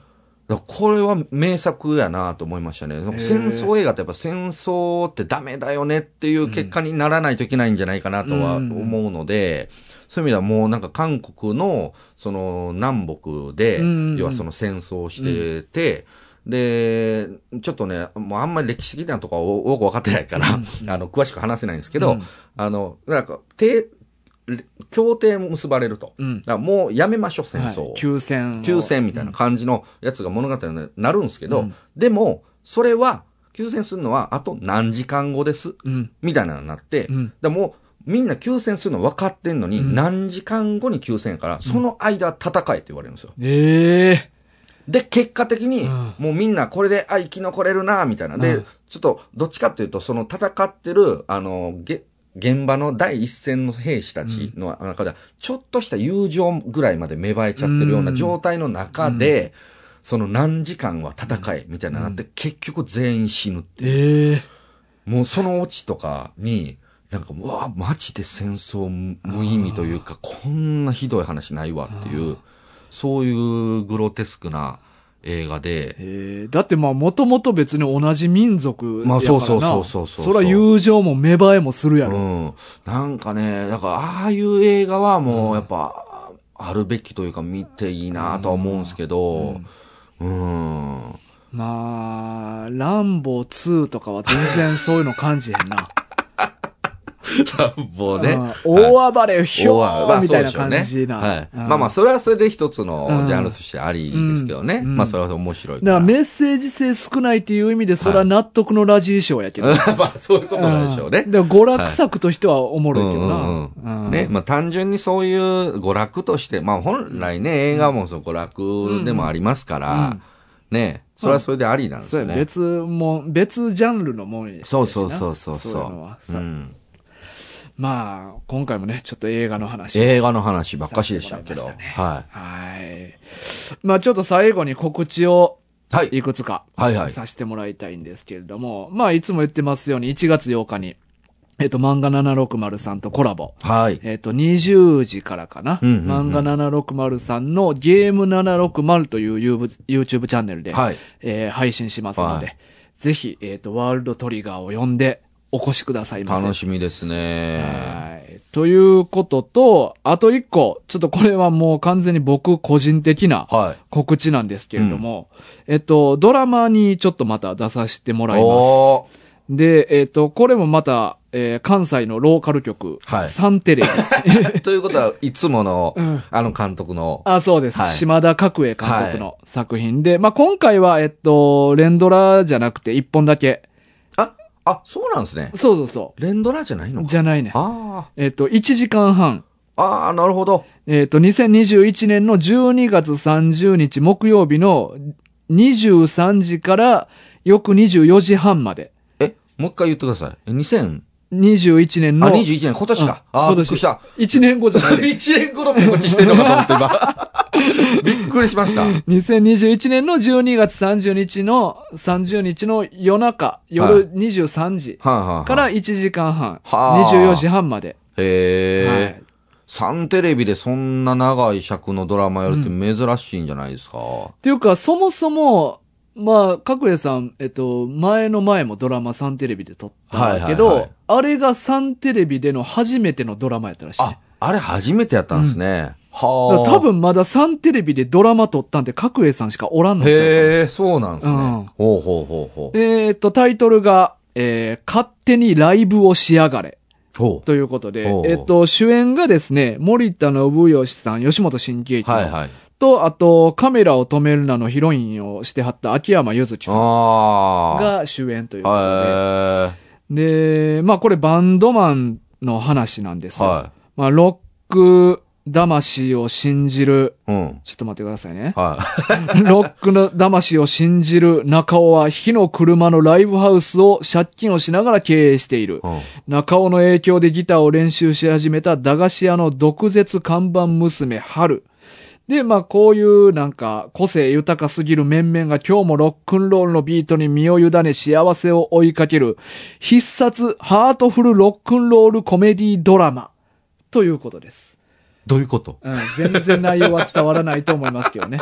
だからこれは名作やなと思いましたね。
ー
戦争映画ってやっぱ戦争ってダメだよねっていう結果にならないといけないんじゃないかなとは
うんうん
思うので、そういう意味ではもうなんか韓国のその南北で
うんうんう、ん
要はその戦争をしてて、で、ちょっとね、もうあんまり歴史的なとこはおよくわかってないから、あの、詳しく話せないんですけ
う
ど、
ん
あの、なんか、て協定も結ばれると。
うん
だからもうやめましょう、戦争を。
はい休戦を。
抽選みたいな感じのやつが物語になるんですけど、
うん
でも、それは、抽選するのはあと何時間後です、
うん。
みたいなのになって、
うん
だからもう、みんな抽選するの分かってんのに、
うん
何時間後に抽選やから、その間戦えって言われるんですよ。
え
で、結果的に、
うん
もうみんなこれで、あ、生き残れるな、みたいな。で、
うん
ちょっと、どっちかっていうと、その戦ってる、あの、げ現場の第一線の兵士たちの中では、ちょっとした友情ぐらいまで芽生えちゃってるような状態の中で、その何時間は戦えみたいなのがあって、結局全員死ぬっていう。
ええ
もうそのオチとかに、なんか、うわあ、マジで戦争無意味というか、こんなひどい話ないわっていう、そういうグロテスクな映画で、
ええだってまあ、もともと別に同じ民族やからな。
まあそうそうそうそうそう
そら友情も芽生えもするや
う
ろ。
ん。なんかね、だから、ああいう映画はもう、やっぱ、あるべきというか、見ていいなとは思うんですけど、 うん。
まあ、ランボー2とかは全然そういうの感じへんな。
ランボーね。
うん大暴れ、ひょ
大暴れ
ーみたいな感じな。
はい。
うん
まあまあ、それはそれで一つのジャンルとしてありですけどね。
うんうん
まあ、それは面白いか。
だかららメッセージ性少ないっていう意味で、それは納得のラジー賞やけど。
まあ、そういうことなんでしょうね。
んだから娯楽作としてはおも
う
ろい
ん
け
う
ど
ん
な。
う
うんん
ね、まあ単純にそういう娯楽として、まあ本来ね、映画もそう娯楽でもありますから、ね、それはそれでありなんです
そう
よ
や
ね。
別もん、別ジャンルのもんやしな
そうそうそうそう
そういうのは
そう。
さ
うん
まあ、今回もね、ちょっと映画の話。
映画の話ばっかしでしたけど。
させてもらいまし
は
はい。まあちょっと最後に告知を
い。はい。
いくつか
はいはい。
させてもらいたいんですけれども、まあいつも言ってますように1月8日に、えっ、と漫画760さんとコラボ。
はい。
えっ、と、20時からかな。
うんうんう
漫
ん
画760さんのゲーム760という YouTube チャンネルで、
はい。
えー配信しますので、
は
ぜひ、えっ、と、ワールドトリガーを呼んでお越しくださいませ。
楽しみですね。
はい。ということと、あと一個、ちょっとこれはもう完全に僕個人的な
はい。
告知なんですけれども、えっと、ドラマにちょっとまた出させてもらいます。
おー
で、えっと、これもまた、えー関西のローカル局、
はい
サン テレビ。
ということは、いつも の、
うん
あの監督の、
あ、そうです。
はい
島田角栄監督の作品で、まあ、今回は、えっと、連ドラじゃなくて一本だけ。
あ、あ、そうなんですね。
そうそうそ
レンドラじゃないの
う。
か。
じゃないね。
あ
えっと、1時間半。
あ、ああ、なるほど。
えっ、と、2021年の12月30日木曜日の23時から翌24時半まで。
え、もう一回言ってください。え、2000?
21年の。
あ、21年、今年か。
うん
ああ、
今年
びっくりした。
1年後じゃない で。
1年後の告知してんのかと思 って今。びっくりしました。
2021年の12月30日の、30日の夜中、
はい
夜23時
はいはいはい。
から1時間半、
はあ
24時半まで。は
へえ
い。
サンテレビでそんな長い尺のドラマやるって
う
珍しいんじゃないですか。
っていうか、そもそも、まあ、角栄さん、えっと、前の前もドラマサンテレビで撮ったんだけど、
はいはいはい
あれがサンテレビでの初めてのドラマやったらしいね。
あ、あれ初めてやったんですね。は
だ
あ。
から多分まだサンテレビでドラマ撮ったんで、角栄さんしかおらんのちゃうかな
へえ、そうなんですね。
うん
ほうほうほうほう。
えーっと、タイトルが、えー、勝手にライブをしやがれ。
ほ
ということで
おうおう、
えっと、主演がですね、森田信義さん、吉本新喜
う。
劇
はいはい。
と、あと、カメラを止めるなのヒロインをしてはった秋山ゆずきさん
あ
が主演という
あ。
こ
は
とで、で、まあこれバンドマンの話なんです
い。
よ。
は
まあロック魂を信じる、
い。うん。
ちょっと待ってくださいね。
は い。
ロックの魂を信じる中尾は火の車のライブハウスを借金をしながら経営している
う。ん
中尾の影響でギターを練習し始めた駄菓子屋の毒舌看板娘春。で、まあこういうなんか個性豊かすぎる面々が今日もロックンロールのビートに身を委ね幸せを追いかける必殺ハートフルロックンロールコメディドラマということです。
どういうこと
うん、全然内容は伝わらないと思いますけど ね。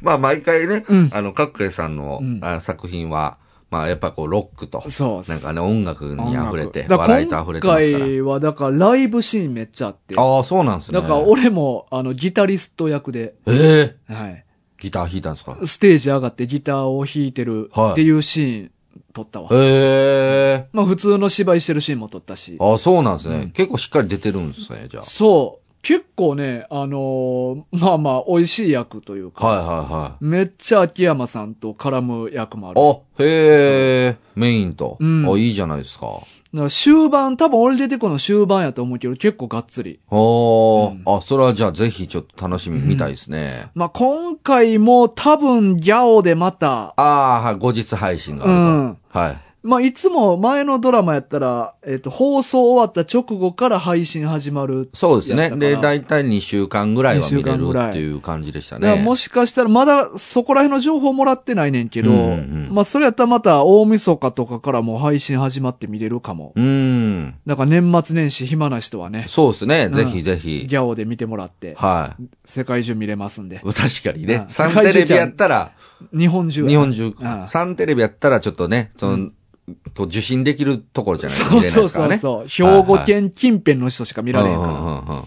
まあ、毎回ね、
うん
あの、かっけさんの、
うん
あ作品は、まあ、やっぱこう、ロックと、
そうっす
なんかね、音楽に溢れて、
だから
笑いと溢れてますか
今
ら。
回は、だからライブシーンめっちゃあって。
ああ、そうなんですね。
だから俺も、あの、ギタリスト役で、
ええ
はい。
ギター弾いたんですか
ステージ上がってギターを弾いてる
はい
っていうシーン撮ったわ。
ええ
まあ普通の芝居してるシーンも撮ったし。
ああ、そうなんですね、
うん
結構しっかり出てるんですね、じゃ
そう。結構ね、あのーまあまあ、美味しい役という
あ。
か、
はいはいはい。
めっちゃ秋山さんと絡む役もある。
あ、へえ、メインと、
うん
あ、いいじゃないですか。
だから終盤、多分俺出てこの終盤やと思うけど、結構がっつり。
おー、
うん
あ、それはじゃあぜひちょっと楽しみみたいですね。
まあ今回も多分ギャオでまた、
ああ、はい、後日配信があると。
うん。
はい。
まあ、いつも前のドラマやったら、えっ、と、放送終わった直後から配信始まる。
そうです
やっ
ね。
たか
で、
な
大体2週間ぐらいは見
二
れ
週間
る
ぐらい
っていう感じでした
だから
ね。
もしかしたらまだそこら辺の情報もらってないねんけど、
うんうんうん
まあ、それやったらまた大晦日とかからもう配信始まって見れるかも。
うん。
だから年末年始暇な人はね、
そうですね。
ん
ぜひぜ
ギ
ひ。
ャオで見てもらって、
はい。
世界中見れますんで。
確かに
う
ね。
ん
サンテレビやったら、
日本中。
日本中
う、ん
サンテレビやったらちょっとね、そうの、こう受信できるところじゃないと
そ
見
う
れない
そ
で
う
すから
そう
ね。
そう。
はいはい
兵庫県近辺の人しか見られへんから。
うんうんうん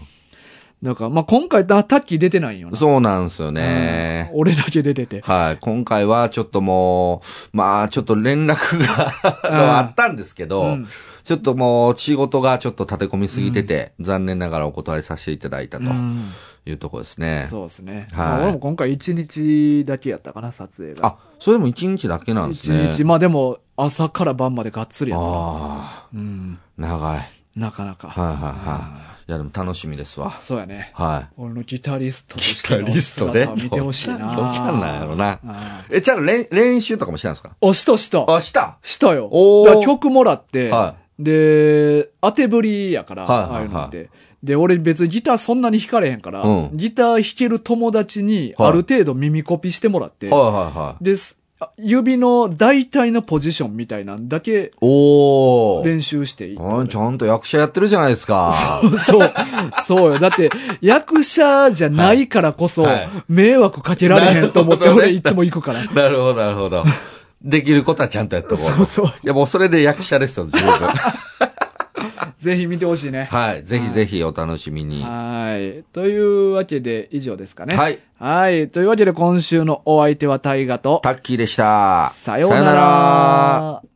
だから、まあ、今回、タッキー出てないよ
うん
な。
そうなんですよ
う
ね。
ん俺だけ出てて。
はい。今回はちょっともう、まあ、ちょっと連絡が あのあったんですけど、
うん
ちょっともう仕事がちょっと立て込みすぎてて、残念ながらお断りさせていただいたと
うん
いうところですね。
そうですね。
はい
まあ俺も今回一日だけやったかな、撮影が。
あ、それも一日だけなんです
一
ね。
日。まあでも、朝から晩までがっつりやったな。
ああ、
うん。
長い。
なかなか。
はいはいはい。いやでも楽しみですわ。
そうやね。
は
俺のギタリストと
い。
しての姿を見てほしいな。
どうかなんやろな。
な。
え、じゃあ練練習とかもしたんですか
おしとしと。
あ、した
したよ。
おー
だから曲もらって、
は
で、当てぶりやから、
はいはいはい
ああいうのって。で、俺別にギターそんなに弾かれへんから、
うん
ギター弾ける友達に
はい
ある程度耳コピしてもらって、
い。はいはいはい。
ですあ指の大体のポジションみたいなんだけ
おー。
練習していい。
あちゃんと役者やってるじゃないですか。
そう、そうよ。だって、役者じゃないからこそ、
はいはい
迷惑かけられへんと思って、
なるほどね
俺いつも行くから。
なるほど、なるほど。できることはちゃんとやっとこうと。
そうそう。
いや、もうそれで役者ですよ、十分。
ぜひ見てほしいね。
はい。ぜひぜひお楽しみに。は
はい。というわけで、以上ですかね。
い。
はい。というわけで今週のお相手は大河と、
タッキーでした。
さようなら。